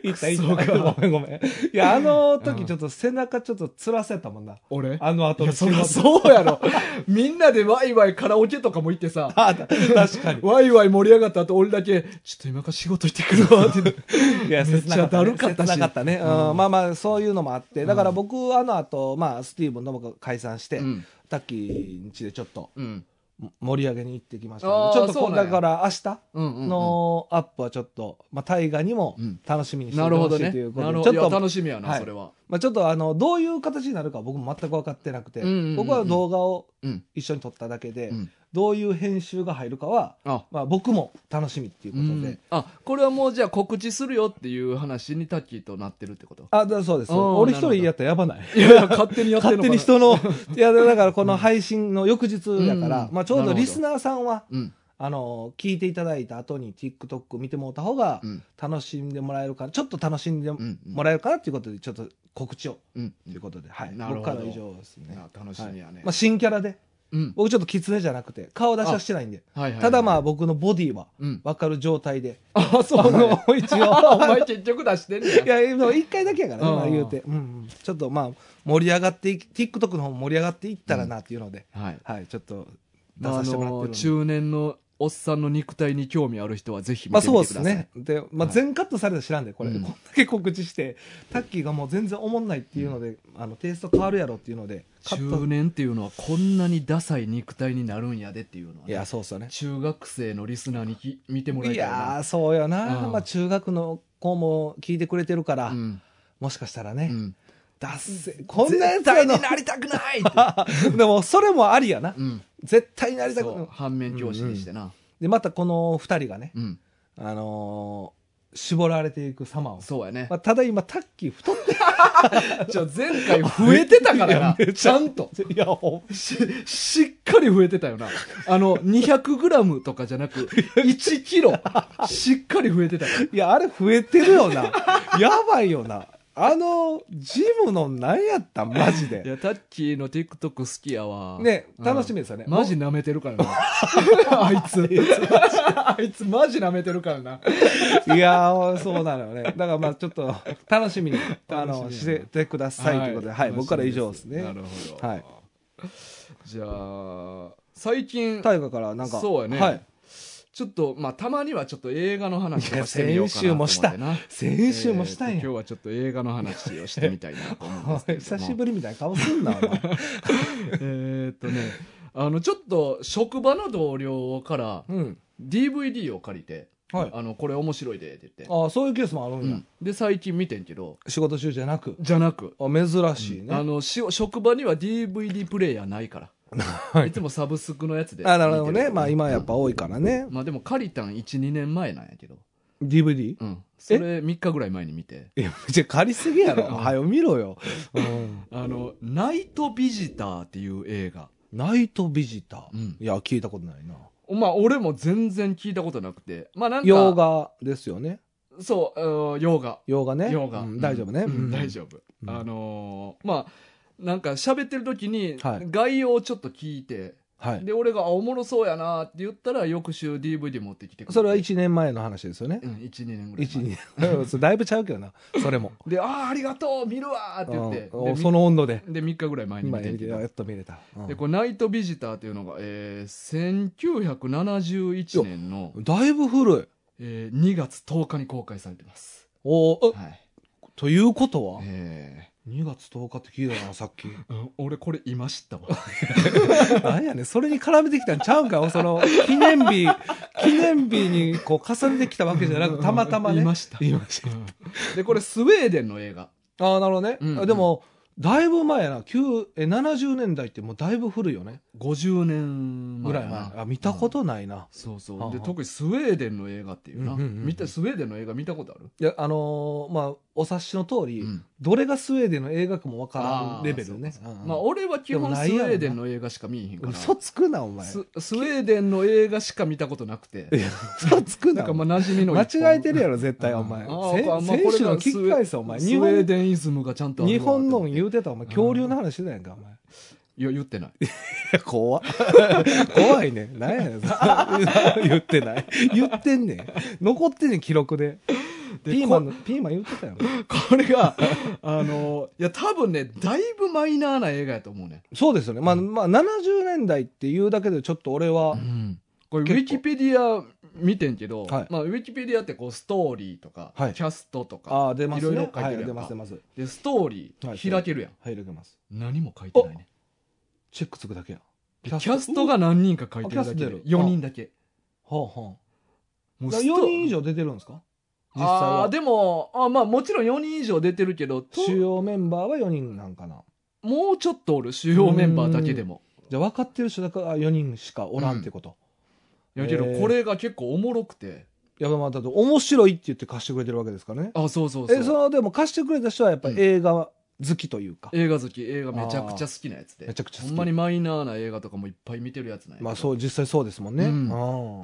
Speaker 3: いったいっ
Speaker 2: そう
Speaker 3: た。
Speaker 2: か
Speaker 3: ごめんごめん。いや、あの
Speaker 2: う
Speaker 3: 時
Speaker 2: ん
Speaker 3: ちょっと背中ちょっとつらせたもんな。
Speaker 2: 俺
Speaker 3: あの後
Speaker 2: い
Speaker 3: の
Speaker 2: やそりゃ
Speaker 3: 仕事
Speaker 2: そうやろみんなでワイワイカラオケとかも行ってさ
Speaker 3: あ確かに。
Speaker 2: ワイワイ盛り上がった後俺だけちょっと今から仕事行ってくるわって
Speaker 3: いや、
Speaker 2: めっちゃ
Speaker 3: 切な
Speaker 2: だるかったし
Speaker 3: 切なかったね。
Speaker 2: う
Speaker 3: うんん。まあまあ、そういうのもあって。だから
Speaker 2: うん
Speaker 3: 僕、あの後、まあ、スティーブンのも解散して、タッキーんちでちょっと
Speaker 2: うん
Speaker 3: 盛り上げに行ってきました
Speaker 2: あ
Speaker 3: の
Speaker 2: ー
Speaker 3: で。ちょっと
Speaker 2: そう
Speaker 3: こ、
Speaker 2: なんや
Speaker 3: だから明日
Speaker 2: うんうん
Speaker 3: のアップはちょっと、まあ、大河にも
Speaker 2: うん
Speaker 3: 楽しみにして
Speaker 2: な
Speaker 3: て
Speaker 2: るほ
Speaker 3: ほし
Speaker 2: どね
Speaker 3: いということ
Speaker 2: な
Speaker 3: で、
Speaker 2: るほ
Speaker 3: ち
Speaker 2: どい
Speaker 3: ょっ
Speaker 2: や
Speaker 3: と
Speaker 2: 楽しみやな、
Speaker 3: はい
Speaker 2: それは
Speaker 3: まあ、ちょっとあのどういう形になるか僕も全く分かってなくて、
Speaker 2: うんうんうんうん
Speaker 3: 僕は動画を
Speaker 2: うん
Speaker 3: 一緒に撮っただけで、
Speaker 2: うん
Speaker 3: どういう編集が入るかは、
Speaker 2: あ
Speaker 3: まあ、僕も楽しみっていうことで、
Speaker 2: うんあこれはもうじゃあ告知するよっていう話にタッキーとなってるってこと
Speaker 3: あだからそうです
Speaker 2: あー
Speaker 3: 俺一
Speaker 2: なる
Speaker 3: 人
Speaker 2: ほど
Speaker 3: やったらやばない
Speaker 2: いやいや勝手にやってるの
Speaker 3: 勝
Speaker 2: か
Speaker 3: 手
Speaker 2: な
Speaker 3: に人のいやだからこの配信の翌日やから、
Speaker 2: うん
Speaker 3: まあ、ちょう
Speaker 2: なるほ
Speaker 3: ど
Speaker 2: ど
Speaker 3: リスナーさんは
Speaker 2: うん
Speaker 3: あの聞いていただいた後に TikTok 見てもらった方が
Speaker 2: うん
Speaker 3: 楽しんでもらえるかなちょっと楽しんで
Speaker 2: うん
Speaker 3: もらえるかなということでちょっと告知を
Speaker 2: うん
Speaker 3: ということで、はい、
Speaker 2: なるほ
Speaker 3: 僕
Speaker 2: ど
Speaker 3: からは以上ですね。
Speaker 2: あ楽しみやね
Speaker 3: まあ、新キャラで
Speaker 2: うん
Speaker 3: 僕ちょっとキツネじゃなくて顔出しはしてないんで
Speaker 2: はいはいはい
Speaker 3: ただまあ僕のボディは
Speaker 2: うん
Speaker 3: 分かる状態で、
Speaker 2: あそう
Speaker 3: あ
Speaker 2: なの
Speaker 3: の一
Speaker 2: お
Speaker 3: 応
Speaker 2: 前結局出してんねや
Speaker 3: いやでも一回だけやからね、
Speaker 2: うん
Speaker 3: まあ、言うて、うんうんちょっとまあ盛り上がっていき TikTok の方も盛り上がっていったらなっていうので、
Speaker 2: はい
Speaker 3: はいちょっと出
Speaker 2: まあ、あ
Speaker 3: させてもらって
Speaker 2: の
Speaker 3: るんで。
Speaker 2: 中年のおっさんの肉体に興味ある人はぜひ見
Speaker 3: まあ
Speaker 2: てみ
Speaker 3: そ
Speaker 2: てくだ
Speaker 3: うです
Speaker 2: さい、
Speaker 3: ね。で、まあ
Speaker 2: はい
Speaker 3: 全カットされたら知らんで、これ、
Speaker 2: うん
Speaker 3: こんだけ告知して、タッキーがもう全然おもんないっていうので、あの、テイスト変わるやろっていうので、カッ
Speaker 2: 中
Speaker 3: ト。
Speaker 2: 年っていうのはこんなにダサい肉体になるんやでっていうのはいね、
Speaker 3: や、そうっすよね。
Speaker 2: 中学生のリスナーにき見てもらい
Speaker 3: い
Speaker 2: たいな
Speaker 3: やーそうよな、
Speaker 2: うん
Speaker 3: まあ、中学の子も聞いてくれてるから、
Speaker 2: うん
Speaker 3: もしかしたら
Speaker 2: う
Speaker 3: ね、
Speaker 2: ん、
Speaker 3: だっせこんなや
Speaker 2: 絶
Speaker 3: つや
Speaker 2: 対
Speaker 3: の
Speaker 2: になりたくないって、
Speaker 3: でもそれもありやな、
Speaker 2: うん、
Speaker 3: 絶対になりたく
Speaker 2: そう
Speaker 3: ない
Speaker 2: 反面教師にしてな、
Speaker 3: でまたこの2人がね、
Speaker 2: うん
Speaker 3: あのー絞られていく様を、
Speaker 2: そうやね
Speaker 3: まあ、ただ今タッキー太って
Speaker 2: じゃあ前 回増えてたから
Speaker 3: いや
Speaker 2: な
Speaker 3: め
Speaker 2: ちゃんと
Speaker 3: いやほ
Speaker 2: ししっかり増えてたよなあの 200g とかじゃなく 1kg しっかり増えてたから
Speaker 3: んいやあれ増えてる よなやばいよなあのジムの何やったんマジ
Speaker 2: い
Speaker 3: で
Speaker 2: やタッキーの TikTok 好きやわ
Speaker 3: ね
Speaker 2: うん
Speaker 3: 楽しみですよね、
Speaker 2: マジ舐めてるからなあい つあいつマジ舐めてるからない
Speaker 3: やー、そうなのよね。だからまあちょっと楽しみに、あ
Speaker 2: 楽しみや
Speaker 3: の、
Speaker 2: な
Speaker 3: しててくださいということで、はい、
Speaker 2: 楽しみ
Speaker 3: 僕から以上です
Speaker 2: な
Speaker 3: ね。
Speaker 2: るほど、
Speaker 3: はい、
Speaker 2: じゃあ最近
Speaker 3: 大河からなんか、
Speaker 2: そうやね
Speaker 3: はい。
Speaker 2: ちょっとまあたまにはちょっと映画の話
Speaker 3: い
Speaker 2: を
Speaker 3: や
Speaker 2: してみようかなと思ってな
Speaker 3: 先週先週もしたん
Speaker 2: えー
Speaker 3: や
Speaker 2: と。今日はちょっと映画の話をしてみたいなと思うんですけれども
Speaker 3: 久しぶりみたいな顔すんな、お前。
Speaker 2: えーっとねあのちょっと職場の同僚から
Speaker 3: うん。
Speaker 2: DVD を借りて、
Speaker 3: はい
Speaker 2: あのこれ面白いでって言って、
Speaker 3: ああ、そういうケースもある
Speaker 2: うん
Speaker 3: や。
Speaker 2: んで最近見てんけど
Speaker 3: 仕事中じゃなく。
Speaker 2: じゃなく
Speaker 3: あ、珍しいね。
Speaker 2: あのし職場には DVD プレイヤーないから、、
Speaker 3: はい
Speaker 2: つもサブスクのやつで
Speaker 3: あ、なるほど
Speaker 2: 見て
Speaker 3: ね。
Speaker 2: け
Speaker 3: まあ今やっぱ多いからね。
Speaker 2: まあでも借りたん12年前なんやけど、
Speaker 3: DVD?
Speaker 2: うん、それ3日ぐらい前に見て
Speaker 3: いや、じゃ借りすぎやろ。はよ見ろよ。うん
Speaker 2: 「あのナイトビジター」っていう映画
Speaker 3: ナイトビジタ
Speaker 2: うん
Speaker 3: ー。いや、聞いたことないな。
Speaker 2: まあ俺も全然聞いたことなくてまあなんか
Speaker 3: 洋画ですよね。
Speaker 2: そううん洋画
Speaker 3: 洋画ね。
Speaker 2: 洋画、
Speaker 3: うん大丈夫ね。
Speaker 2: うん
Speaker 3: うん
Speaker 2: 大丈夫、
Speaker 3: うん
Speaker 2: あのーまあなんか喋ってる時に
Speaker 3: はい
Speaker 2: 概要をちょっと聞いて、
Speaker 3: はい。
Speaker 2: で俺があおもろそうやなって言ったら翌週 DVD 持ってきてくれて
Speaker 3: それは1年前の話ですよね
Speaker 2: う。ん12年ぐらい前
Speaker 3: 1、2それだいぶちゃうけどな、それも。
Speaker 2: で「ああありがとう見るわ」って言って
Speaker 3: うんお
Speaker 2: で
Speaker 3: その温度で。
Speaker 2: みで3日ぐらい前に
Speaker 3: 今
Speaker 2: 見てんけど
Speaker 3: やっと見れた。うん
Speaker 2: でこれナイトビジター」っていうのが、えー1971年の、
Speaker 3: だいぶ古い。
Speaker 2: えー2月10日に公開されてます、
Speaker 3: おーえ
Speaker 2: はい
Speaker 3: ということは、
Speaker 2: え
Speaker 3: 2月10日って聞いたな、さっき。
Speaker 2: ーうん俺これ今知ったわ
Speaker 3: なんやねんそれに絡めてきたんちゃうんかよその、記念 日、記念日にこう重ねてきたわけじゃなく、たまたまね。
Speaker 2: 今知 った
Speaker 3: 今知っ
Speaker 2: うんでこれスウェーデンの映画
Speaker 3: たああ、なるほどね。
Speaker 2: うん
Speaker 3: あでも、だいぶ前やな。9え70年代ってもうだいぶ古いよね。
Speaker 2: 50年前
Speaker 3: ぐら
Speaker 2: や
Speaker 3: い
Speaker 2: な
Speaker 3: 前。あ、見たことないな。
Speaker 2: そう
Speaker 3: は
Speaker 2: そ
Speaker 3: あ
Speaker 2: う
Speaker 3: はあ
Speaker 2: で特にスウェーデンの映画っていうな、
Speaker 3: うんうんうんうん
Speaker 2: 見たスウェーデンの映画見たことある、
Speaker 3: いや、あのーまあ、お察しの通り、
Speaker 2: うん
Speaker 3: どれがスウェーデンの映画かもわからんレベルね
Speaker 2: あー。
Speaker 3: うんうん
Speaker 2: まあ、俺は基
Speaker 3: でも
Speaker 2: 本
Speaker 3: な
Speaker 2: ス
Speaker 3: いや
Speaker 2: ウ
Speaker 3: ろな
Speaker 2: ェーデンの映画しか見えへんから
Speaker 3: 嘘つくな、お前。
Speaker 2: ススウェーデンの映画しか見たことなくて
Speaker 3: いや嘘つく
Speaker 2: なん
Speaker 3: な。
Speaker 2: か
Speaker 3: お前
Speaker 2: まあ馴染みの一本
Speaker 3: 間違えてるやろ、絶対、お前。
Speaker 2: あーあ
Speaker 3: せん
Speaker 2: まあ
Speaker 3: 選手
Speaker 2: これ
Speaker 3: の
Speaker 2: が
Speaker 3: 聞き返せ、お前。
Speaker 2: スウ
Speaker 3: 日
Speaker 2: ェー
Speaker 3: 本、
Speaker 2: デンイズムがちゃんとあるわ
Speaker 3: 日本の
Speaker 2: い
Speaker 3: 言うてた、お前。恐竜の話してたやんか、お前。い
Speaker 2: や言ってない
Speaker 3: や、 怖 怖いね。なんやねん。言ってない。言ってんねん。残ってんねん、記録で。
Speaker 2: で
Speaker 3: ピーマンの、ピーマン言ってたよ。
Speaker 2: これが、あの、いや、多分ね、だいぶマイナーな映画やと思うね。
Speaker 3: そうですよね。まあ、まあ、70年代っていうだけでちょっと俺は、
Speaker 2: これ、ウ
Speaker 3: 結
Speaker 2: ィ
Speaker 3: 構
Speaker 2: キペディア見てんけど、
Speaker 3: はい
Speaker 2: まあ、ウィキペディアってこう、ストーリーとか、
Speaker 3: はい
Speaker 2: キャストとか、
Speaker 3: ああ、出ますね。
Speaker 2: いろいろ書いてるやんか
Speaker 3: はい、出ます、出ます。
Speaker 2: で、ストーリ
Speaker 3: はい
Speaker 2: ー開けるやん。
Speaker 3: はい、入れます。
Speaker 2: 何も書いてないね。
Speaker 3: チェックつくだけや。
Speaker 2: でキャストが何人か書いてるだ
Speaker 3: あ
Speaker 2: け
Speaker 3: キャスト出
Speaker 2: で
Speaker 3: る、
Speaker 2: 4人だけ。
Speaker 3: ほうほ
Speaker 2: も
Speaker 3: う。
Speaker 2: う
Speaker 3: だ
Speaker 2: ス
Speaker 3: か
Speaker 2: ト
Speaker 3: ら4人以上出てるんですか実際
Speaker 2: あー
Speaker 3: は。
Speaker 2: でも、あまあもちろん4人以上出てるけど、と
Speaker 3: 主要メンバーは4人なんかな。
Speaker 2: もうちょっとおる、主要メンバーだけでも。
Speaker 3: じゃあ分かってる人だから4人しかおらんってこと。
Speaker 2: いやけど
Speaker 3: へ、ー
Speaker 2: これが結構おもろくて。
Speaker 3: いや、まあ、だと面白いって言って貸してくれてるわけですからね。
Speaker 2: あ、そうそうそう。
Speaker 3: え、その、でも貸してくれた人はやっぱ
Speaker 2: うん
Speaker 3: り映画好きというか。
Speaker 2: 映画好き、映画めちゃくちゃ好きなやつで。
Speaker 3: めちゃくちゃ好
Speaker 2: ほ
Speaker 3: き。
Speaker 2: んまにマイナーな映画とかもいっぱい見てるやつなんやけど
Speaker 3: まあそう、実際そうですもんね。
Speaker 2: うん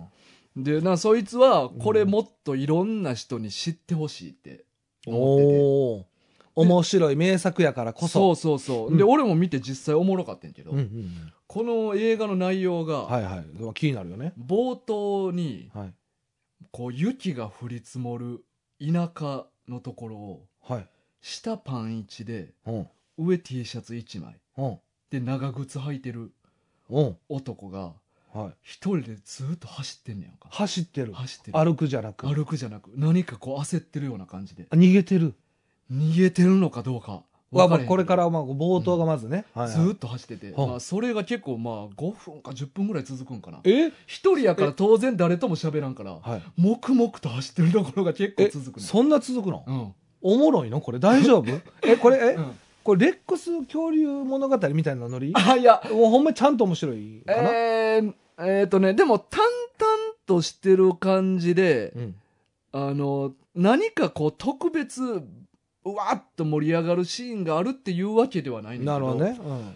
Speaker 3: ああ
Speaker 2: でなそいつはこれもっといろんな人に知ってほしいって思ってて、
Speaker 3: おお面白い名作やから
Speaker 2: そ
Speaker 3: こそ。
Speaker 2: うそうそう、
Speaker 3: うん
Speaker 2: で俺も見て実際おもろかったんやけど、
Speaker 3: うんうん
Speaker 2: この映画の内容が、
Speaker 3: うん。はいはい。気になるよね。
Speaker 2: 冒頭に
Speaker 3: はい。
Speaker 2: こう雪が降り積もる田舎のところを
Speaker 3: はい。
Speaker 2: 下パン1で
Speaker 3: うん。
Speaker 2: 上 T シャツ1枚
Speaker 3: うん。
Speaker 2: で長靴履いてる
Speaker 3: うん。
Speaker 2: 男が
Speaker 3: はい。
Speaker 2: 一人でずっと走ってんねやんか
Speaker 3: 走ってる。
Speaker 2: 走ってる
Speaker 3: 歩くじゃなく。
Speaker 2: 歩くじゃなく何かこう焦ってるような感じで
Speaker 3: 逃げてる。
Speaker 2: 逃げてるのかどうか分か
Speaker 3: わまあ
Speaker 2: れへん
Speaker 3: これから、まあ、冒頭がまずね。はいはい
Speaker 2: ずーっと走ってて、
Speaker 3: はい
Speaker 2: まあ、それが結構まあ5分か10分ぐらい続くんかな
Speaker 3: え
Speaker 2: 一人やから当然誰とも喋らんから
Speaker 3: はい。
Speaker 2: 黙々と走ってるところが結構
Speaker 3: え
Speaker 2: 続くね
Speaker 3: そんな続くの
Speaker 2: うん
Speaker 3: おもろいのこれ大丈 夫え、これ、え、
Speaker 2: うん
Speaker 3: これレックス恐竜物語みたいなノリも
Speaker 2: あいや
Speaker 3: うほんまにちゃんと面白いかな、
Speaker 2: えー、えーとねでも淡々としてる感じで
Speaker 3: うん。
Speaker 2: あの何かこう特別うわっと盛り上がるシーンがあるっていうわけではないんだけ
Speaker 3: なる
Speaker 2: ど
Speaker 3: ほどね。うん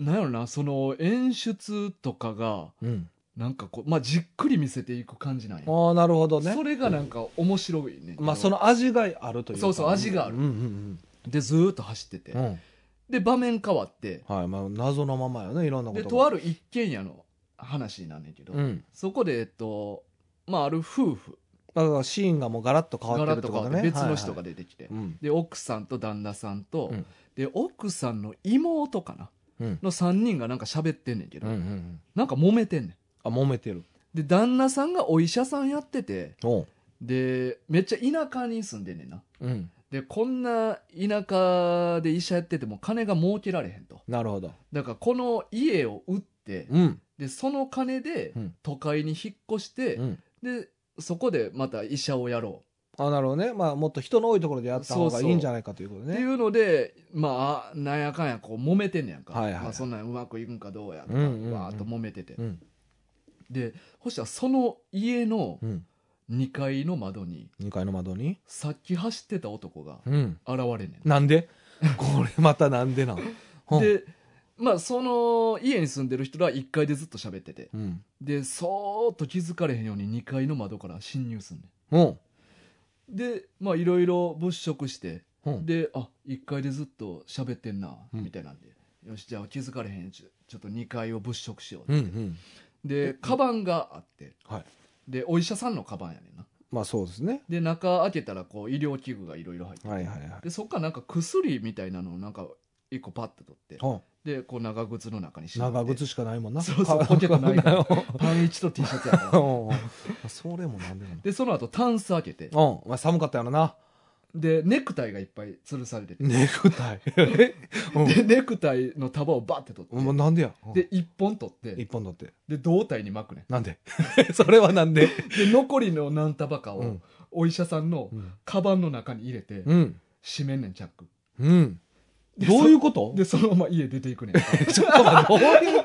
Speaker 2: なんやろなその演出とかが
Speaker 3: うん。
Speaker 2: なんかこう、まあ、じっくり見せていく感じなんや
Speaker 3: ああ、なるほどね
Speaker 2: そ。れがなんか面白いねんけど
Speaker 3: まあその味があるというか
Speaker 2: そうそう味がある
Speaker 3: うんうん
Speaker 2: でずーっと走ってて、
Speaker 3: うんうん
Speaker 2: で場面変わって
Speaker 3: はいまあ謎のままよねいろんなこ
Speaker 2: で
Speaker 3: と
Speaker 2: とあ
Speaker 3: あ
Speaker 2: る一軒家の話なんねんけど、
Speaker 3: うん
Speaker 2: そこでえっとまあある夫婦
Speaker 3: だからシーンがもうガラッと変わ
Speaker 2: ガラ
Speaker 3: ってる
Speaker 2: ッ
Speaker 3: って
Speaker 2: と
Speaker 3: こ
Speaker 2: 変わ
Speaker 3: と
Speaker 2: って
Speaker 3: ね
Speaker 2: 別の人が
Speaker 3: はい
Speaker 2: 出てきて、
Speaker 3: はいうん
Speaker 2: で奥さんと旦那さんと、
Speaker 3: うん
Speaker 2: で奥さんの妹かな
Speaker 3: うん
Speaker 2: の3人がなんか喋ってんねんけ
Speaker 3: う
Speaker 2: ど、
Speaker 3: んうんうん
Speaker 2: なんか揉めてんねん
Speaker 3: あ揉めてる
Speaker 2: で旦那さんがお医者さんやってて
Speaker 3: おう
Speaker 2: でめっちゃ田舎に住んでんねんな
Speaker 3: うん
Speaker 2: でこんな田舎で医者やってても金が儲けられへんと
Speaker 3: なるほど
Speaker 2: だからこの家を売って、
Speaker 3: うん
Speaker 2: でその金で
Speaker 3: うん
Speaker 2: 都会に引っ越して、
Speaker 3: うん
Speaker 2: でそこでまた医者をやろ
Speaker 3: あなるほどねまあもっと人の多いところでやった方がいいんじゃないかということ
Speaker 2: うってい
Speaker 3: ね
Speaker 2: うのでまあなんやかんやこう揉めてんねやんか、
Speaker 3: はいはい
Speaker 2: まあ、そんなんうまくいくんかどうやとか、
Speaker 3: うんうんうん
Speaker 2: わーっと揉めてて、
Speaker 3: うん
Speaker 2: でそしたらその家の
Speaker 3: うん
Speaker 2: 2階の窓に
Speaker 3: 2階の窓に
Speaker 2: さっき走ってた男が
Speaker 3: うん
Speaker 2: 現れんね
Speaker 3: なんでこれまたなんでなん
Speaker 2: んでまあその家に住んでる人ら1階でずっと喋ってて
Speaker 3: うん
Speaker 2: でそーっと気づかれへんように2階の窓から侵入すんねん
Speaker 3: うん
Speaker 2: でまあいろいろ物色して
Speaker 3: うん
Speaker 2: であ1階でずっと喋ってんな、
Speaker 3: うん
Speaker 2: みたいなんでよしじゃあ気づかれへんちょちょっと2階を物色しよう、
Speaker 3: うんうん
Speaker 2: でカバンがあって、
Speaker 3: はい
Speaker 2: でお医者さんのカバンやねんな
Speaker 3: まあそうですね
Speaker 2: で中開けたらこう医療器具がいろいろ入ってて
Speaker 3: はいはいはい
Speaker 2: でそっからなんか薬みたいなのをなんか1個パッと取って
Speaker 3: うん
Speaker 2: でこう長靴の中にしまって
Speaker 3: 長靴しかないもんな
Speaker 2: そうそうポケットない からパン1と T シャツやから
Speaker 3: それもなんでなの
Speaker 2: でその後タンス開けて
Speaker 3: うん、まあ、寒かったやろな。
Speaker 2: でネクタイがいっぱい吊るされてて
Speaker 3: ネクタ イ。え
Speaker 2: でネクタイの束をバッて取って、
Speaker 3: うん、もうなんでや。うん
Speaker 2: で、一本取って
Speaker 3: 一本取って。
Speaker 2: で胴体に巻くね
Speaker 3: なんで それはなんで
Speaker 2: で残りの何束か
Speaker 3: う
Speaker 2: を
Speaker 3: ん。
Speaker 2: お医者さんのカバンの中に入れて
Speaker 3: うん。
Speaker 2: 閉めんねんチャック
Speaker 3: うん。
Speaker 2: で
Speaker 3: どういうこと
Speaker 2: でそのまま家出ていくねん
Speaker 3: ちょっと待ってどういうこ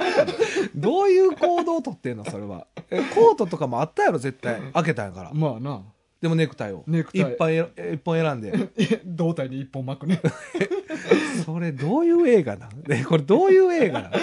Speaker 3: とどういう行動をとってんのそれは。え、コートとかもあったやろ、絶対。開けたんやから。
Speaker 2: まあな
Speaker 3: でもネクタイを。
Speaker 2: ネクタイ
Speaker 3: 一本えら一本選んで。
Speaker 2: え胴体に一本巻くねん
Speaker 3: それどういう映画なんで、これどういう映画なんこ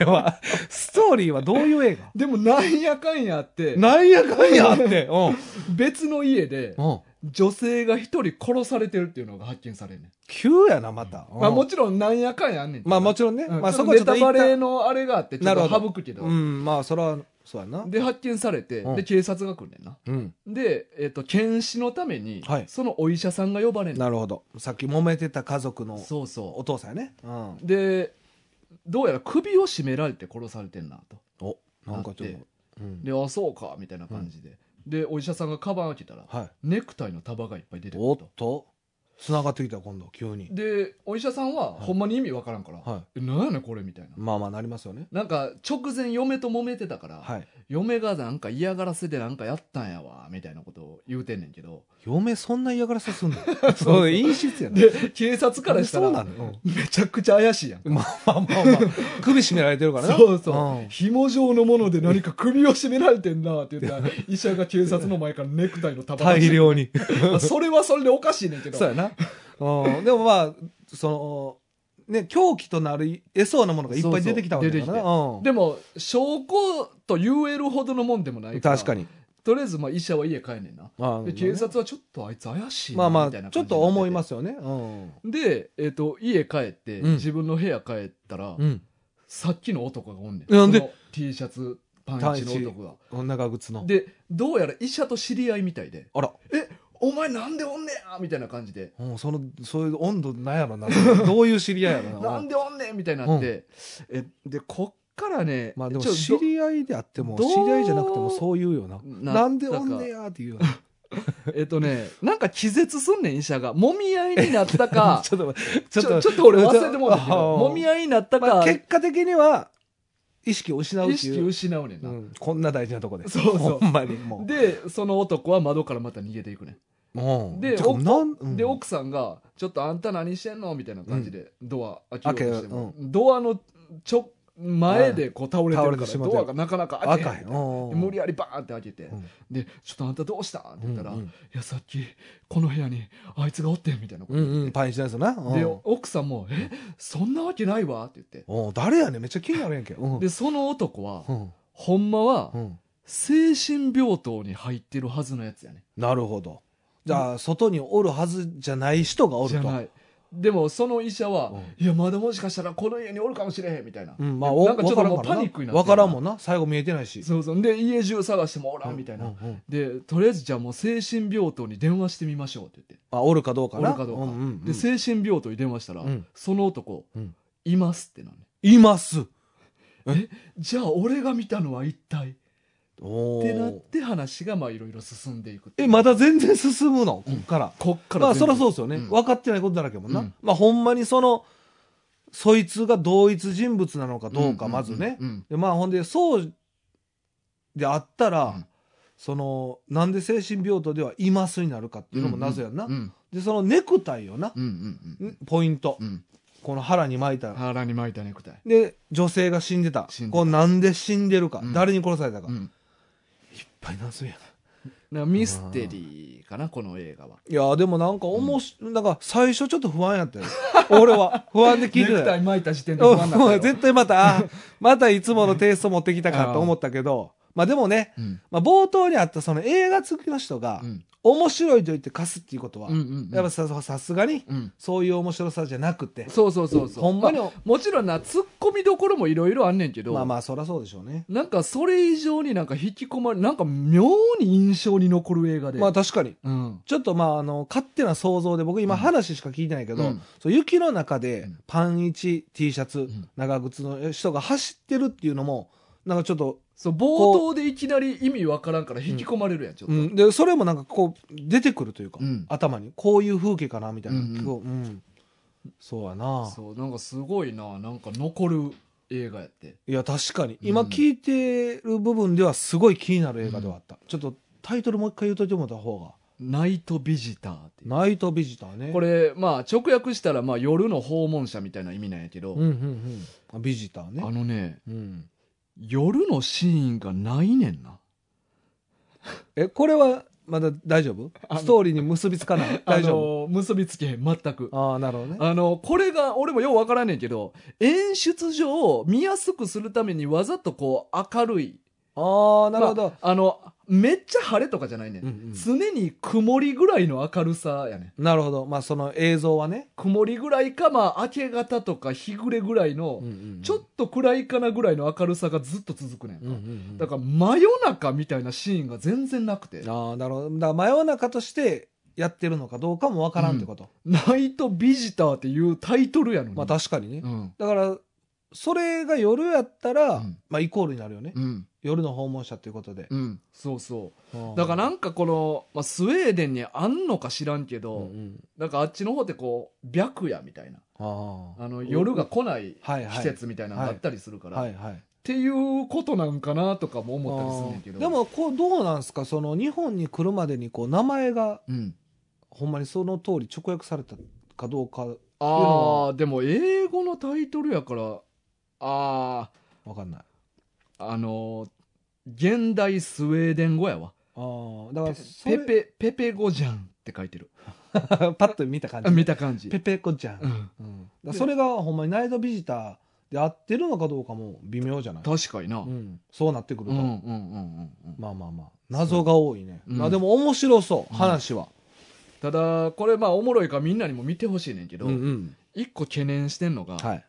Speaker 3: れは、ストーリーはどういう映画
Speaker 2: でもなんやかんやあって
Speaker 3: なんやかんやあって。 うん。
Speaker 2: 別の家で
Speaker 3: うん。
Speaker 2: 女性が一人殺されてるっていうのが発見されんねん、
Speaker 3: 急やな、また。
Speaker 2: まあ、
Speaker 3: うん
Speaker 2: もちろんなんやかんやあんねんけど
Speaker 3: まあもちろんね。
Speaker 2: うん
Speaker 3: まあ
Speaker 2: ちょ
Speaker 3: そ
Speaker 2: っ
Speaker 3: ことはち
Speaker 2: ネ
Speaker 3: ょっと
Speaker 2: タ
Speaker 3: 一旦
Speaker 2: バレのあれがあってちょっ
Speaker 3: なる
Speaker 2: と
Speaker 3: ほど
Speaker 2: 省くけど
Speaker 3: うん、まあそれはそうやな。
Speaker 2: で発見されて、
Speaker 3: うん
Speaker 2: で警察が来んねんな
Speaker 3: うん。
Speaker 2: で、えっと検視のために、
Speaker 3: はい
Speaker 2: そのお医者さんが呼ばれんねん
Speaker 3: なるほど。さっき揉めてた家族の
Speaker 2: そうそ
Speaker 3: お父さんやね。うん。
Speaker 2: うでどうやら首を絞められて殺されてんなと
Speaker 3: お、なんかちょっ
Speaker 2: あって
Speaker 3: と。うん
Speaker 2: であそうかみたいな感じで、でお医者さんがカバン開けたら
Speaker 3: はい。
Speaker 2: ネクタイの束がいっぱい出てく
Speaker 3: お
Speaker 2: る
Speaker 3: っ
Speaker 2: と
Speaker 3: と、繋がってきた今度、急に。
Speaker 2: でお医者さんは
Speaker 3: はい
Speaker 2: ほんまに意味わからんから「
Speaker 3: は
Speaker 2: えなんやねんこれ」みたいな、
Speaker 3: い。まあまあなりますよね。
Speaker 2: なんか直前嫁と揉めてたから、
Speaker 3: はい。
Speaker 2: 嫁がなんか嫌がらせでなんかやったんやわみたいなことを言うてんねんけど
Speaker 3: 嫁そんな嫌がらせすんの そう、陰湿やな。
Speaker 2: で 警察からした
Speaker 3: そう
Speaker 2: ら
Speaker 3: なの
Speaker 2: めちゃくちゃ怪しいやん
Speaker 3: まあまあまあまあ、首絞められてる からな。
Speaker 2: そうそう、
Speaker 3: ん
Speaker 2: 紐状のもので何か首を絞められてんなって言ったら医者が警察の前からネクタイの束出して
Speaker 3: 大量に。
Speaker 2: まあそれはそれでおかしいねんけど
Speaker 3: そうやな。うん。でもまあ、その、ね、狂気となり得そうなものがいっぱい出てきたわけだからな。うん
Speaker 2: でも証拠と言えるほどのもんでもないから
Speaker 3: 確かに。
Speaker 2: とりあえずまあ医者は家帰んねんな
Speaker 3: あ
Speaker 2: で警察はちょっとあいつ怪しい
Speaker 3: ま
Speaker 2: な
Speaker 3: あま
Speaker 2: みたいな
Speaker 3: あ、ちょっと思いますすよね。う
Speaker 2: で、えっと家帰って、
Speaker 3: うん
Speaker 2: 自分の部屋帰ったら、
Speaker 3: ん。
Speaker 2: さっきの男がおんねん
Speaker 3: なんで
Speaker 2: その T シャツパンチの男が
Speaker 3: うん。長靴の。
Speaker 2: でどうやら医者と知り合いみたいで
Speaker 3: あら。
Speaker 2: 「お前なんでおんねや!」みたいな感じで
Speaker 3: うん、その、そういう温度なんやろな。 どういう知り合い
Speaker 2: 「
Speaker 3: やろな。
Speaker 2: なんでおんねん!」みたいになって、えでこっからね
Speaker 3: まあでも
Speaker 2: ちょっと
Speaker 3: 知り合いであっても、知
Speaker 2: どう
Speaker 3: り合いじゃなくてもそう言うよな。
Speaker 2: な
Speaker 3: なんでおんねやって言うよな。
Speaker 2: えっとねなんか気絶すんねん医者がもみ合いになったか
Speaker 3: ちょっと待って、
Speaker 2: ちょちょっと俺忘れてもらったけど もみ
Speaker 3: 合
Speaker 2: 合いになったか、
Speaker 3: 結果的には、意識を失う
Speaker 2: 意
Speaker 3: って
Speaker 2: 識
Speaker 3: いう。
Speaker 2: 失うねんな、
Speaker 3: うんこんな大事なとこで。
Speaker 2: そうそう
Speaker 3: ほんまに、も
Speaker 2: でその男は窓からまた逃げていくねん
Speaker 3: う。うん
Speaker 2: で
Speaker 3: てかなんうん
Speaker 2: で奥さんが「ちょっとあんた何してんの?」みたいな感じでドア開けようとしても、
Speaker 3: 開け
Speaker 2: ドアのちょ前でこう倒れてる
Speaker 3: 倒れ
Speaker 2: か
Speaker 3: てしま
Speaker 2: ら
Speaker 3: って
Speaker 2: ドアがなかなか開け
Speaker 3: 赤
Speaker 2: へ
Speaker 3: い。
Speaker 2: ん
Speaker 3: うん
Speaker 2: 無理やりバーンって開けて、
Speaker 3: うん
Speaker 2: で「ちょっとあんたどうした?」って言ったら「
Speaker 3: うんうん
Speaker 2: いやさっきこの部屋にあいつがおってん」みたいなこと
Speaker 3: う
Speaker 2: 言っ
Speaker 3: ん
Speaker 2: て、
Speaker 3: うん、パンチのやつな。うん
Speaker 2: で奥さんも「えそんなわけないわ」って言って
Speaker 3: うん誰やねんめっちゃ気になるやんけ。うん
Speaker 2: でその男は、
Speaker 3: うん
Speaker 2: ほんまは
Speaker 3: うん
Speaker 2: 精神病棟に入ってるはずのやつやね
Speaker 3: なるほど。じゃあ、外におるはずじゃない人がお
Speaker 2: じ
Speaker 3: る
Speaker 2: ゃ
Speaker 3: と。
Speaker 2: ないでもその医者は
Speaker 3: うん
Speaker 2: 「いやまだもしかしたらこの家におるかもしれへん」みたいな、
Speaker 3: うん、まあ、お
Speaker 2: なんかちょっともう
Speaker 3: わからん
Speaker 2: パニックになってる
Speaker 3: わからんもんな。最後見えてないし。
Speaker 2: そうそうで家中探してもおらんみたいな、
Speaker 3: うんうんうん
Speaker 2: でとりあえずじゃあもう精神病棟に電話してみましょうって言って
Speaker 3: あ、おるかどうか
Speaker 2: お
Speaker 3: な。
Speaker 2: るかどうか、
Speaker 3: んんん
Speaker 2: で精神病棟に電話したら、
Speaker 3: うん
Speaker 2: その男、
Speaker 3: うん
Speaker 2: いますってなるね
Speaker 3: います。
Speaker 2: じゃあ俺が見たのは一体
Speaker 3: お
Speaker 2: ってなっ
Speaker 3: ー
Speaker 2: て話がまあいろいろ進んでいく
Speaker 3: え、まだ全然進むのこっから。
Speaker 2: こっから
Speaker 3: まあ、
Speaker 2: 全
Speaker 3: そ
Speaker 2: 部
Speaker 3: りゃそうですよね。
Speaker 2: ん
Speaker 3: 分かってないことだらけやもん
Speaker 2: う。
Speaker 3: なんまあ、ほんまにその、そいつが同一人物なのかどうか、まずね。
Speaker 2: うんうん
Speaker 3: でまあほんでそうであったら、
Speaker 2: うん
Speaker 3: そのなんで精神病棟ではいますになるかっていうのも謎やんな、
Speaker 2: うんうん
Speaker 3: でそのネクタイをな
Speaker 2: う、んうんうん
Speaker 3: ポイント、
Speaker 2: うん
Speaker 3: この腹に巻いた、
Speaker 2: 腹に巻いたネクタイ、
Speaker 3: で女性が死んでた
Speaker 2: 死んでた
Speaker 3: こうなんで死んでるか、
Speaker 2: うん
Speaker 3: 誰に殺されたか、
Speaker 2: う
Speaker 3: いっ
Speaker 2: ん、
Speaker 3: ぱい謎やん
Speaker 2: だからミステリーかなこの映画はい
Speaker 3: やでもなんかおもし、なんか最初ちょっと不安やったよ俺は不安で聞い
Speaker 2: ネ
Speaker 3: て
Speaker 2: ク
Speaker 3: た
Speaker 2: タ
Speaker 3: よ
Speaker 2: イ巻いた時点で不安だった
Speaker 3: う
Speaker 2: よ
Speaker 3: ん 絶対またあまたいつものテイスト持ってきたかと思ったけどまあでもね、
Speaker 2: うん
Speaker 3: まあ、冒頭にあったその映画好きの人が、
Speaker 2: うん
Speaker 3: 面白いと言って貸すっていうことは、
Speaker 2: うんうんうん
Speaker 3: やっぱささすがに
Speaker 2: うん
Speaker 3: そういう面白さじゃなくて、
Speaker 2: そうそうそうそう
Speaker 3: ほんまに
Speaker 2: あもちろんなツッコミどころもいろいろあんねんけど、
Speaker 3: まあまあそりゃそうでしょうね
Speaker 2: なんかそれ以上になんか引き込まれなんか妙に印象に残る映画で、
Speaker 3: まあ確かに
Speaker 2: うん、
Speaker 3: ちょっとまああの勝手な想像で僕今
Speaker 2: うん
Speaker 3: 話しか聞いてないけど、
Speaker 2: うん
Speaker 3: そう雪の中で
Speaker 2: うん
Speaker 3: パンイチ T シャツ、
Speaker 2: ん
Speaker 3: 長靴の人が走ってるっていうのもなんかちょっと、
Speaker 2: そう冒頭でいきなり意味わからんから引き込まれるやんちょっと、
Speaker 3: うんでそれもなんかこう出てくるというか、
Speaker 2: うん
Speaker 3: 頭にこういう風景かなみたいな、
Speaker 2: うんうん
Speaker 3: こううんそうやな
Speaker 2: そうなんかすごいななんか残る映画やって
Speaker 3: いや確かに
Speaker 2: うん
Speaker 3: 今聞いてる部分ではすごい気になる映画ではあった、ちょっとタイトルもう一回言うといてもらった方が
Speaker 2: 「ナイトビジター」ってい
Speaker 3: 「
Speaker 2: う
Speaker 3: ナイトビジターね」
Speaker 2: これまあ直訳したらまあ夜の訪問者みたいな意味なんやけど、
Speaker 3: うんうんうんあビジター
Speaker 2: あ
Speaker 3: ね
Speaker 2: のね
Speaker 3: うん
Speaker 2: 夜のシーンがないねんな
Speaker 3: えこれはまだ大丈夫
Speaker 2: あの
Speaker 3: ストーリーに結びつかない大
Speaker 2: あの
Speaker 3: 丈
Speaker 2: 結びつけへん全く
Speaker 3: 夫ああなるほどね
Speaker 2: あのこれが俺もようわからんねんけど演出上見やすくするためにわざとこう明るい
Speaker 3: ああなる
Speaker 2: ま
Speaker 3: ほど
Speaker 2: あ、あのめっちゃ晴れとかじゃないねん、
Speaker 3: うんうん
Speaker 2: 常に曇りぐらいの明るさやねん
Speaker 3: なるほど。まあ、その映像はね。
Speaker 2: 曇りぐらいかまあ明け方とか日暮れぐらいの、ちょっと暗いかなぐらいの明るさがずっと続くねんか、
Speaker 3: うんうんうん
Speaker 2: だから真夜中みたいなシーンが全然なくて
Speaker 3: ああ、なるほど。だから真夜中としてやってるのかどうかもわからんってこと。
Speaker 2: 「ナイトビジター」っていうタイトルやのに、
Speaker 3: まあ、確かにね。
Speaker 2: うん
Speaker 3: だから、それが夜やったら、
Speaker 2: うん
Speaker 3: まあ、イコールになるよね。
Speaker 2: うん
Speaker 3: 夜の訪問者ということで。
Speaker 2: うんそうそう
Speaker 3: うん
Speaker 2: だからなんかこの、まあ、スウェーデンにあんのか知らんけ
Speaker 3: う
Speaker 2: ど、
Speaker 3: んうん
Speaker 2: なんかあっちの方ってこう白夜みたいな
Speaker 3: ああ
Speaker 2: あの夜が来ない
Speaker 3: はいはい
Speaker 2: 季節みたいなのがあったりするから、
Speaker 3: はいはい。
Speaker 2: っていうことなんかなとかも思ったりするんだけど
Speaker 3: あーで、もこうどうなんですかその日本に来るまでにこう名前が
Speaker 2: うん、
Speaker 3: ほんまにその通り直訳されたかどうか
Speaker 2: ああでも英語のタイトルやからあ
Speaker 3: わかんない。
Speaker 2: ああのー現代スウェーデン語やわ
Speaker 3: あーだからそ
Speaker 2: ペ
Speaker 3: れ
Speaker 2: ペペペ語じゃんって書いてる
Speaker 3: パッと見た感
Speaker 2: あ
Speaker 3: じ。
Speaker 2: 見た感じ
Speaker 3: ペペコちゃん。
Speaker 2: うん
Speaker 3: うんだからそれがほんまにナイトビジターで合ってるのかどうかも微妙じゃない、
Speaker 2: 確かにな、う、
Speaker 3: うんん、そうなってくる
Speaker 2: う
Speaker 3: と、
Speaker 2: んうんうんうん
Speaker 3: まあまあまあ謎が多いね、
Speaker 2: うん
Speaker 3: まあでも面白そう、
Speaker 2: うん
Speaker 3: 話は、
Speaker 2: ただこれまあおもろいからみんなにも見てほしいねんけど、
Speaker 3: ん
Speaker 2: 一個懸念してんのが、
Speaker 3: はい、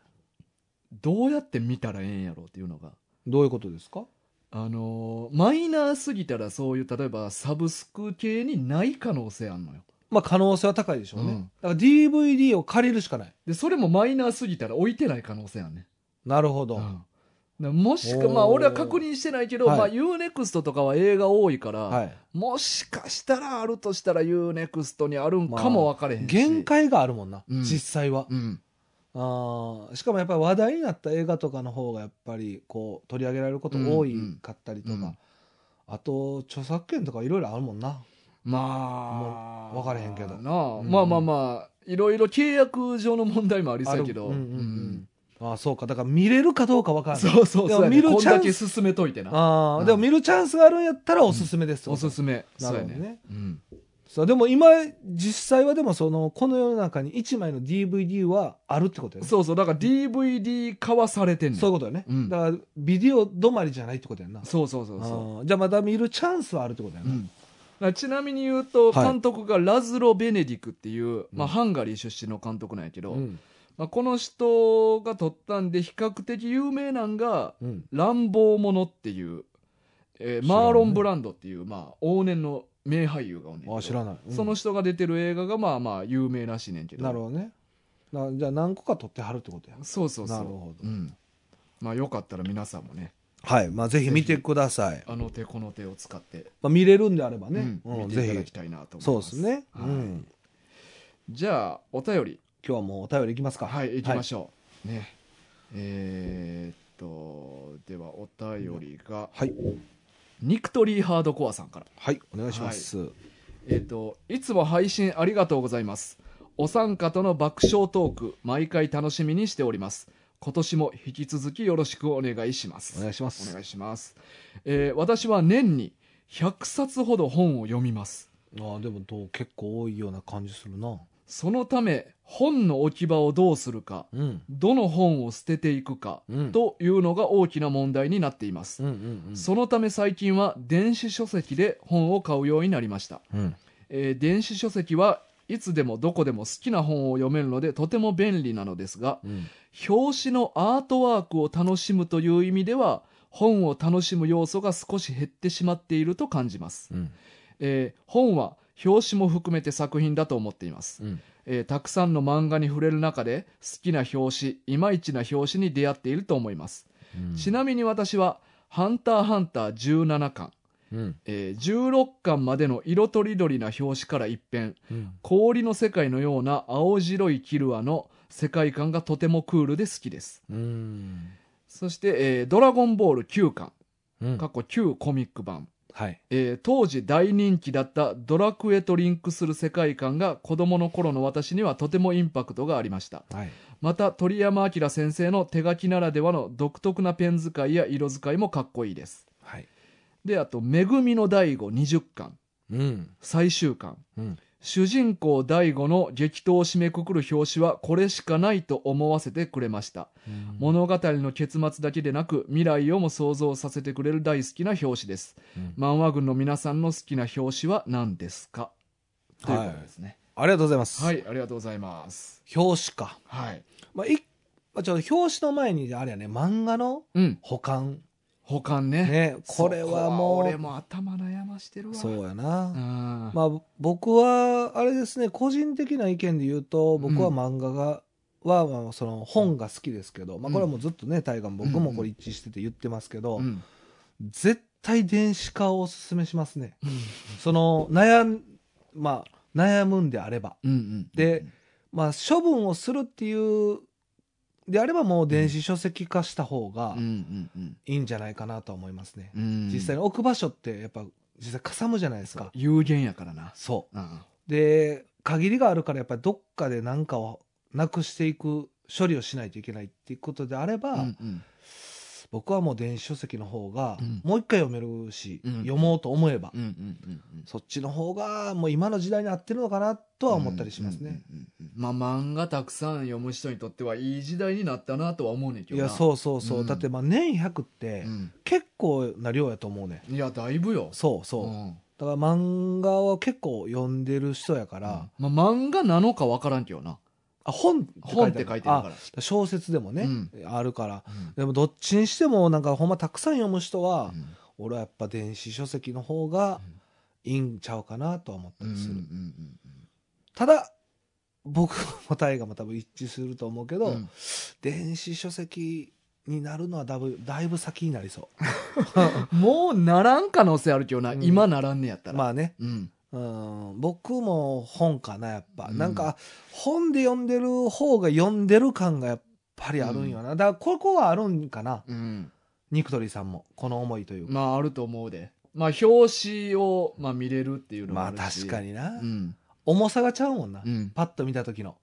Speaker 2: どうやって見たらええんやろうっていうのが
Speaker 3: どういうことですか
Speaker 2: あのーマイナーすぎたらそういう例えばサブスク系にない可能性あんのよ
Speaker 3: まあ可能性は高いでしょうね、
Speaker 2: うん
Speaker 3: だから DVD を借りるしかない
Speaker 2: でそれもマイナーすぎたら置いてない可能性あんねん
Speaker 3: なるほど、
Speaker 2: うん、もしか
Speaker 3: おー
Speaker 2: まあ俺は確認してないけど、
Speaker 3: はい
Speaker 2: まあ、UNEXT とかは映画多いから、
Speaker 3: はい
Speaker 2: もしかしたらあるとしたら UNEXT にあるんかも分かれへんし、
Speaker 3: 限界があるもんな、
Speaker 2: うん
Speaker 3: 実際は、
Speaker 2: うん
Speaker 3: あーしかもやっぱり話題になった映画とかの方がやっぱりこう取り上げられること多いかったりとか、
Speaker 2: うんうん
Speaker 3: あと著作権とかいろいろあるもんな
Speaker 2: まあ
Speaker 3: もう分かれへんけど
Speaker 2: なあ、
Speaker 3: うん
Speaker 2: まあまあまあいろいろ契約上の問題もありそうやけど
Speaker 3: あるうんうんうんああそうかだから見れるかどうか分からない
Speaker 2: そうそうそうやね、
Speaker 3: でも見る
Speaker 2: こん
Speaker 3: チャンス
Speaker 2: だけ進めといてな
Speaker 3: ああ、
Speaker 2: うん
Speaker 3: でも見るチャンスがあるんやったらおすすめです、
Speaker 2: おすすめそ
Speaker 3: な
Speaker 2: う
Speaker 3: る
Speaker 2: や
Speaker 3: ほど
Speaker 2: ね
Speaker 3: ね
Speaker 2: うん
Speaker 3: さあでも今実際はでもそのこの世の中に1枚の DVD はあるってことやね
Speaker 2: そうそうだから DVD 化はされてんねん
Speaker 3: そういうことよね、
Speaker 2: うん
Speaker 3: だからビデオ止まりじゃないってことやんな
Speaker 2: そうそうそうそう
Speaker 3: ああじゃあまた見るチャンスはあるってことや
Speaker 2: う
Speaker 3: な、
Speaker 2: ん、だからちなみに言うと
Speaker 3: はい
Speaker 2: 監督がラズロ・ベネディクっていう、まあ、ハンガリー出身の監督なんやけど、
Speaker 3: うん
Speaker 2: まあ、この人が撮ったんで比較的有名なんが
Speaker 3: うん
Speaker 2: 「乱暴者」っていう、えー
Speaker 3: 知らんね
Speaker 2: マーロン・ブランドっていう、まあ、往年の名俳優がおんねんけど
Speaker 3: あ知らない、うん
Speaker 2: その人が出てる映画がまあまあ有名らしいねんけど
Speaker 3: なるほどねなじゃあ何個か取ってはるってことや
Speaker 2: そうそうそう
Speaker 3: なるほ
Speaker 2: う
Speaker 3: ど
Speaker 2: んまあ、よかったら皆さんもね
Speaker 3: はいまあぜひ
Speaker 2: 見て
Speaker 3: ください、
Speaker 2: あの手この手を使って、
Speaker 3: まあ、見れるんであればね、
Speaker 2: うん
Speaker 3: うん
Speaker 2: 見ていただ
Speaker 3: ぜ
Speaker 2: き
Speaker 3: ひ
Speaker 2: たいなと思います
Speaker 3: そうですね、
Speaker 2: はい
Speaker 3: うん、
Speaker 2: じゃあお便り
Speaker 3: 今日はもうお便りいきますか
Speaker 2: はい、行きましょう。ね。えーっと、ではお便りが、
Speaker 3: はい、
Speaker 2: ニクトリーハードコアさんから。
Speaker 3: はい、お願いします、
Speaker 2: えーっと、いつも配信ありがとうございます。お三方の爆笑トーク、毎回楽しみにしております。今年も引き続きよろしくお願いします。
Speaker 3: お願いしま
Speaker 2: お
Speaker 3: す
Speaker 2: 願いします。えー私は年に100冊ほど本を読みます。
Speaker 3: あーでもどう結構多いような感じするな
Speaker 2: そのため、本の置き場をどうするか、
Speaker 3: うん
Speaker 2: どの本を捨てていくか、
Speaker 3: うん
Speaker 2: というのが大きな問題になっています、
Speaker 3: うんうんうん
Speaker 2: そのため最近は電子書籍で本を買うようになりました、
Speaker 3: うん
Speaker 2: えー電子書籍はいつでもどこでも好きな本を読めるのでとても便利なのですが
Speaker 3: うん
Speaker 2: 表紙のアートワークを楽しむという意味では本を楽しむ要素が少し減ってしまっていると感じます、
Speaker 3: うん
Speaker 2: えー本は表紙も含めて作品だと思っています
Speaker 3: うん
Speaker 2: えーたくさんの漫画に触れる中で好きな表紙いまいちな表紙に出会っていると思いますちなみに私は「ハンターハンター」17巻、
Speaker 3: うん
Speaker 2: えー16巻までの色とりどりな表紙から一変
Speaker 3: うん
Speaker 2: 氷の世界のような青白いキルアの世界観がとてもクールで好きです
Speaker 3: うん
Speaker 2: そして、えードラゴンボール」9巻
Speaker 3: うん
Speaker 2: 過去旧コミック版、
Speaker 3: はい
Speaker 2: えー当時大人気だった「ドラクエ」とリンクする世界観が子供の頃の私にはとてもインパクトがありました
Speaker 3: はい
Speaker 2: また鳥山明先生の手書きならではの独特なペン使いや色使いもかっこいいです
Speaker 3: はい
Speaker 2: であと「めぐみの第五20巻
Speaker 3: うん
Speaker 2: 最終巻
Speaker 3: うん
Speaker 2: 主人公大悟の激闘を締めくくる表紙はこれしかないと思わせてくれました。物語の結末だけでなく未来をも想像させてくれる大好きな表紙です。
Speaker 3: うん
Speaker 2: 漫画軍の皆さんの好きな表紙は何ですかということですね。
Speaker 3: ありがとうございます。
Speaker 2: はい、ありがとうございます。
Speaker 3: 表紙か。
Speaker 2: はい。
Speaker 3: まあ、いまあちょっと表紙の前に、あれやね、漫画の
Speaker 2: うん。
Speaker 3: 保管。
Speaker 2: 保管ね。
Speaker 3: ね、これは
Speaker 2: そ
Speaker 3: も
Speaker 2: こ
Speaker 3: う、
Speaker 2: 俺も頭悩ましてるわ。
Speaker 3: そうや
Speaker 2: う
Speaker 3: な。
Speaker 2: ん。
Speaker 3: まあ、僕は、あれですね、個人的な意見で言うと、僕は
Speaker 2: うん
Speaker 3: 漫画が、は、まあ、その本が好きですけど、まあ、これはもうずっとね、大河も僕もこれ一致してて言ってますけど、
Speaker 2: うん
Speaker 3: 絶対電子化をおすすめしますね。その、悩ん、まあ、悩むんであれば。
Speaker 2: うんうん。
Speaker 3: で、まあ、処分をするっていう、であればもう電子書籍化した方が
Speaker 2: うんうんうん
Speaker 3: いいんじゃないかなとは思いますね。
Speaker 2: うん。
Speaker 3: 実際に置く場所ってやっぱ実際かさむじゃないですか。
Speaker 2: 有限やからな。
Speaker 3: そ
Speaker 2: うん。
Speaker 3: う。で、限りがあるからやっぱりどっかで何かをなくしていく、処理をしないといけないっていうことであれば、
Speaker 2: うんうん
Speaker 3: 僕はもう電子書籍の方が
Speaker 2: うん
Speaker 3: もう一回読めるし、
Speaker 2: うん
Speaker 3: 読もうと思えば、
Speaker 2: うんうんうんうん。
Speaker 3: そっちの方がもう今の時代に合ってるのかなとは思ったりしますね。
Speaker 2: うんうんうんうん。まあ漫画たくさん読む人にとってはいい時代になったなとは思うねんけど
Speaker 3: い
Speaker 2: な。
Speaker 3: やそうそうそう、
Speaker 2: うん
Speaker 3: だってまあ年100って
Speaker 2: うん。
Speaker 3: 結構な量やと思うね、
Speaker 2: いや、だいぶよ。
Speaker 3: そうそう、
Speaker 2: ん
Speaker 3: だから漫画を結構読んでる人やから、
Speaker 2: まあ、漫画なのかわからんけどな。
Speaker 3: あ本って書
Speaker 2: 本
Speaker 3: い
Speaker 2: ってて
Speaker 3: ある
Speaker 2: 書いてあるか
Speaker 3: あ
Speaker 2: ら。
Speaker 3: 小説でもね、
Speaker 2: うん
Speaker 3: あるから
Speaker 2: うん
Speaker 3: でもどっちにしてもなんかほんまたくさん読む人は、
Speaker 2: うん
Speaker 3: 俺はやっぱ電子書籍の方が
Speaker 2: うん
Speaker 3: いいんちゃうかなとは思ったりする、
Speaker 2: うんうん
Speaker 3: ただ僕も大河も多分一致すると思うけど、
Speaker 2: うんうん
Speaker 3: 電子書籍になるのはだいぶだいぶ先になりそ
Speaker 2: もうならん可能性あるけどな、
Speaker 3: うん
Speaker 2: 今ならんねやった
Speaker 3: う
Speaker 2: ら。
Speaker 3: まあね
Speaker 2: うん。
Speaker 3: うん、僕も本かなやっぱ、
Speaker 2: うん
Speaker 3: なんか本で読んでる方が読んでる感がやっぱりあるんよな、だからここはあるんかな
Speaker 2: うん。
Speaker 3: ニクトリさんもこの思いというか、
Speaker 2: まあ、あると思うで。まあ、表紙を、まあ、見れるっていうのも
Speaker 3: ま
Speaker 2: あ
Speaker 3: あ
Speaker 2: る
Speaker 3: 確
Speaker 2: し。
Speaker 3: かにな、
Speaker 2: うん。
Speaker 3: 重さがちゃうもんな、
Speaker 2: うん。
Speaker 3: パッと見た時の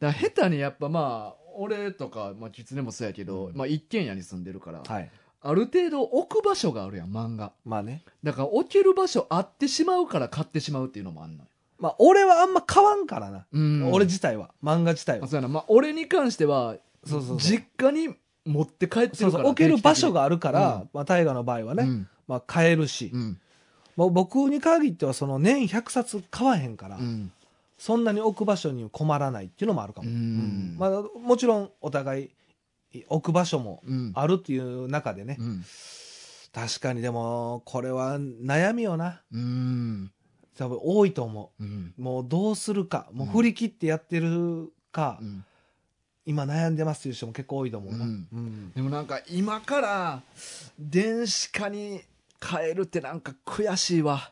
Speaker 2: だから下手にやっぱまあ、俺とか、まあ、キツネもそうやけど、
Speaker 3: うん
Speaker 2: まあ、一軒家に住んでるから、
Speaker 3: はい
Speaker 2: ある程度置く場所があるやん、漫画。
Speaker 3: まあね
Speaker 2: だから置ける場所あってしまうから買ってしまうっていうのもあんのよ。
Speaker 3: まあ俺はあんま買わんからな、
Speaker 2: うん
Speaker 3: 俺自体は漫画自体
Speaker 2: まあ
Speaker 3: は
Speaker 2: そうやな。まあ、俺に関しては、
Speaker 3: そうそうそう
Speaker 2: 実家に持って帰って
Speaker 3: そ
Speaker 2: る
Speaker 3: う
Speaker 2: か
Speaker 3: そう
Speaker 2: ら。
Speaker 3: 置ける場所
Speaker 2: が
Speaker 3: があるから
Speaker 2: う、
Speaker 3: まあ、大河の場合はね、
Speaker 2: うん。
Speaker 3: まあ、買えるし、
Speaker 2: うん。
Speaker 3: まあ、僕に限ってはその年100冊買わへんから、
Speaker 2: うん。
Speaker 3: そんなに置く場所に困らないっていうのもあるかも、
Speaker 2: うん
Speaker 3: うんまあ、もちろんお互い置く場所も
Speaker 2: うん。
Speaker 3: あるっていう中でね、
Speaker 2: うん。
Speaker 3: 確かにでもこれは悩みよな
Speaker 2: うん。
Speaker 3: 多分多いと思
Speaker 2: うん。
Speaker 3: うもうどうするかもう振り切ってやってるか、
Speaker 2: うん
Speaker 3: 今悩んでますっていう人も結構多いと思うな、
Speaker 2: うん
Speaker 3: うん
Speaker 2: でもなんか今から電子化に変えるってなんか悔しいわ。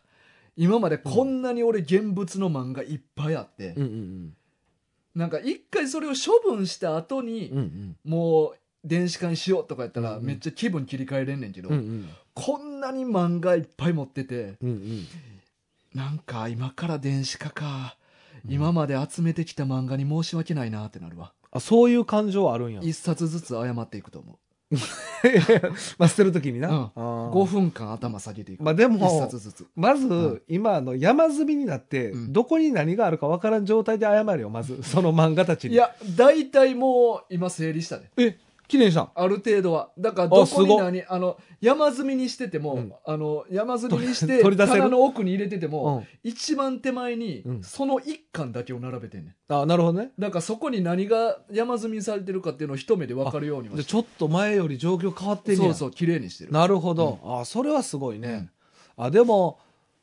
Speaker 2: 今までこんなに俺現物の漫画いっぱいあって、
Speaker 3: うんうん
Speaker 2: なんか一回それを処分した後に、
Speaker 3: うんうん
Speaker 2: もう電子化にしようとかやったら
Speaker 3: うん
Speaker 2: めっちゃ気分切り替えれんねんけど、
Speaker 3: うんうん
Speaker 2: こんなに漫画いっぱい持ってて、
Speaker 3: うんうん
Speaker 2: なんか今から電子化か。
Speaker 3: うん
Speaker 2: 今まで集めてきた漫画に申し訳ないなってなるわ。
Speaker 3: あそういう感情はあるんや
Speaker 2: 一冊ずつ謝っていくと思
Speaker 3: まあ捨てる時にな、
Speaker 2: うん
Speaker 3: あ
Speaker 2: う。
Speaker 3: ー
Speaker 2: 5分間頭下げていく。
Speaker 3: まあで
Speaker 2: 一
Speaker 3: も
Speaker 2: 冊ずつ。
Speaker 3: まず、
Speaker 2: ん
Speaker 3: 今の山積みになって、
Speaker 2: うん
Speaker 3: どこに何があるかわからん状態で謝るよ、ま ず。その漫画たちに。
Speaker 2: い、や、大体もう今整理したね。
Speaker 3: え、綺麗にしたん
Speaker 2: ある程度は。だからどこに
Speaker 3: あ
Speaker 2: 何、あの、山積みにしてても、
Speaker 3: うん
Speaker 2: あの、山積みにし
Speaker 3: 取
Speaker 2: て、
Speaker 3: り取り出せる
Speaker 2: 棚の奥に入れてても、
Speaker 3: ん。
Speaker 2: 一番手前に
Speaker 3: う、ん
Speaker 2: その一巻だけを並べてんね
Speaker 3: あ、なるほどね。
Speaker 2: ん。だからそこに何が山積みにされてるかっていうのを一目で分かるようには
Speaker 3: じゃあ
Speaker 2: して
Speaker 3: ちょっと前より状況変わってんね
Speaker 2: そ
Speaker 3: や
Speaker 2: うそう、綺麗にしてる。
Speaker 3: なるほど。あ、それはすごいね。あ、でも、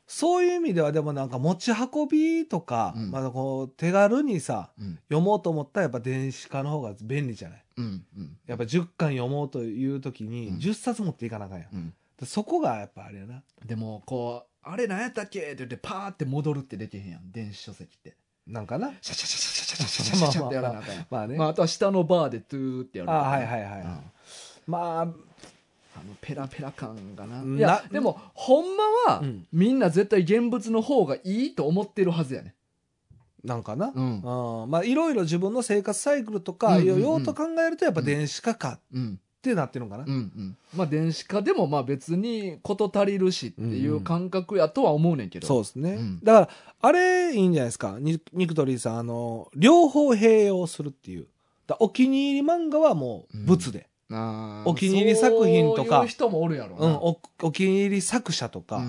Speaker 3: そういう意味では、でもなんか持ち運びとか、
Speaker 2: うん
Speaker 3: まあこう、手軽にさ、
Speaker 2: うん。
Speaker 3: 読もうと思ったらやっぱ電子化の方が便利じゃない
Speaker 2: うん。うん。
Speaker 3: やっぱ10巻読もうという時
Speaker 2: う
Speaker 3: に
Speaker 2: ん
Speaker 3: 10冊持っていかなあかんやん、
Speaker 2: うん。
Speaker 3: でそこがやっぱあれやな
Speaker 2: でも、こう、あれ何やったっけって言って、パーって戻るってできへんやん。電子書籍って。
Speaker 3: なんかな
Speaker 2: シャシャシャシャシャシャシャシャシャシャってやらなあかんやん。
Speaker 3: まあね、
Speaker 2: まあ、あとは下のバーでトゥーってやると
Speaker 3: あ
Speaker 2: かね。
Speaker 3: はいはいはい、
Speaker 2: うんあ
Speaker 3: まあ
Speaker 2: のペラペラ感がな。
Speaker 3: ない
Speaker 2: や、でも、ほんまは
Speaker 3: うん、
Speaker 2: みんな絶対現物の方がいいと思ってるはずやね。
Speaker 3: なんかな、
Speaker 2: うん。
Speaker 3: うんまあいろいろ自分の生活サイクルとか、
Speaker 2: うんうんうん
Speaker 3: いろいろと考えるとやっぱ電子化かっ
Speaker 2: うん。
Speaker 3: ってなってるのかな
Speaker 2: う。んうんまあ電子化でもまあ別に事足りるしってい
Speaker 3: んう
Speaker 2: うん感覚やとは思うねんけど、
Speaker 3: そうですね。
Speaker 2: うん
Speaker 3: だから、あれ、いいんじゃないですか。ニニクトリーさん、あの、両方併用するっていう。だお気に入り漫画はもう、物で。
Speaker 2: あー
Speaker 3: お気に入り作品とか
Speaker 2: そういう人もおるやろ
Speaker 3: うん、おお気に入り作者と
Speaker 2: な
Speaker 3: か、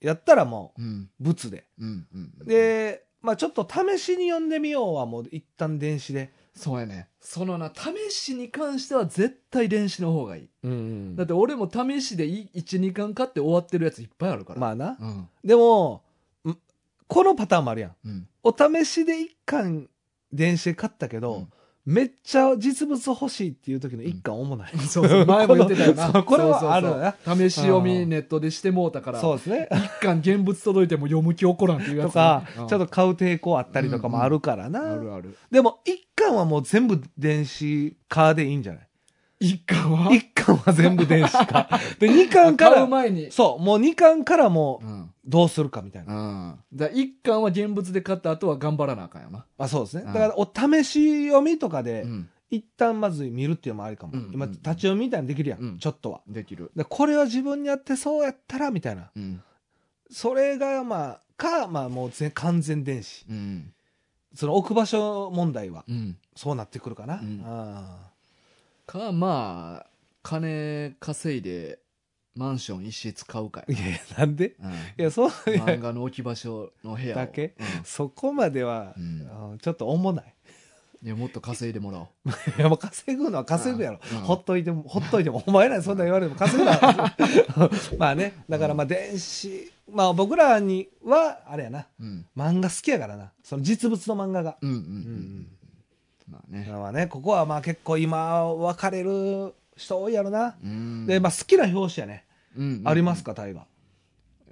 Speaker 3: やったらも
Speaker 2: うんうん
Speaker 3: う、物で。
Speaker 2: うんうん
Speaker 3: で、まあちょっと試しに読んでみようはもう、一旦電子で。
Speaker 2: そうやねそのな試しに関しては絶対電子の方がいい
Speaker 3: うん
Speaker 2: だって俺も試しで12巻買って終わってるやついっぱいあるから
Speaker 3: まあな。
Speaker 2: うん
Speaker 3: でも、んこのパターンもあるやん。
Speaker 2: うん
Speaker 3: お試しで一巻、電子で買ったけど、めっちゃ実物欲しいっていう時の一巻主ない。
Speaker 2: そうそう前も言ってたよな
Speaker 3: そうこれはある
Speaker 2: そう
Speaker 3: よな。
Speaker 2: そうそう試し読みネットでしてもうたから
Speaker 3: そうで すね。
Speaker 2: 一巻現物届いても読む気起こらんっていうやつ
Speaker 3: と
Speaker 2: ね
Speaker 3: か、
Speaker 2: うん
Speaker 3: ちょっと買う抵抗あったりとかもあるからな。
Speaker 2: あるある
Speaker 3: でも、一巻はもう全部電子化でいいんじゃない
Speaker 2: 一巻は
Speaker 3: 一巻は全部電子 化。で、二巻か
Speaker 2: 買う
Speaker 3: ら、
Speaker 2: 前に
Speaker 3: そう、もう二巻からも
Speaker 2: うんうん
Speaker 3: うどうするかみたいな。
Speaker 2: だから一巻は現物で買った後は頑張らなあかんよな
Speaker 3: まあそうですね。
Speaker 2: うん
Speaker 3: だから、お試し読みとかで
Speaker 2: う、ん
Speaker 3: 一旦まず見るっていうのもありかも。
Speaker 2: うん
Speaker 3: 今、立ち読みみたいにできるやん。
Speaker 2: うん
Speaker 3: ちょっとは。
Speaker 2: できる
Speaker 3: でこれは自分にやってそうやったら、みたいな。
Speaker 2: うん
Speaker 3: それが、まあ、か、まあもう全完全電子。
Speaker 2: うん
Speaker 3: その置く場所問題は、
Speaker 2: うん
Speaker 3: そうなってくるかな。
Speaker 2: うん
Speaker 3: ああ
Speaker 2: かまあ金稼いでマンション一室買うか
Speaker 3: い
Speaker 2: や
Speaker 3: や、なんで
Speaker 2: な、
Speaker 3: いや、そう、
Speaker 2: うん
Speaker 3: いや
Speaker 2: 漫画の置き場所の部屋を
Speaker 3: だけそこまでは
Speaker 2: う、ん
Speaker 3: あのちょっと重ない。
Speaker 2: うんいやもっと稼いでもらおう
Speaker 3: いや、もう稼ぐのは稼ぐやろ。
Speaker 2: うん
Speaker 3: ほっといても、ほっといても、お前らにそんな言われても稼ぐな。 まあね、だからまあ電子、まあ僕らには、あれやな、
Speaker 2: うん
Speaker 3: 漫画好きやからな。その実物の漫画が。
Speaker 2: うんうんう
Speaker 3: うんん
Speaker 2: うんまあ
Speaker 3: うん。
Speaker 2: ね
Speaker 3: まあね、ここはまあ結構今、分かれる人多いやろな。
Speaker 2: うん
Speaker 3: で、まあ好きな表紙やね。
Speaker 2: うんうん
Speaker 3: ありますか、大河。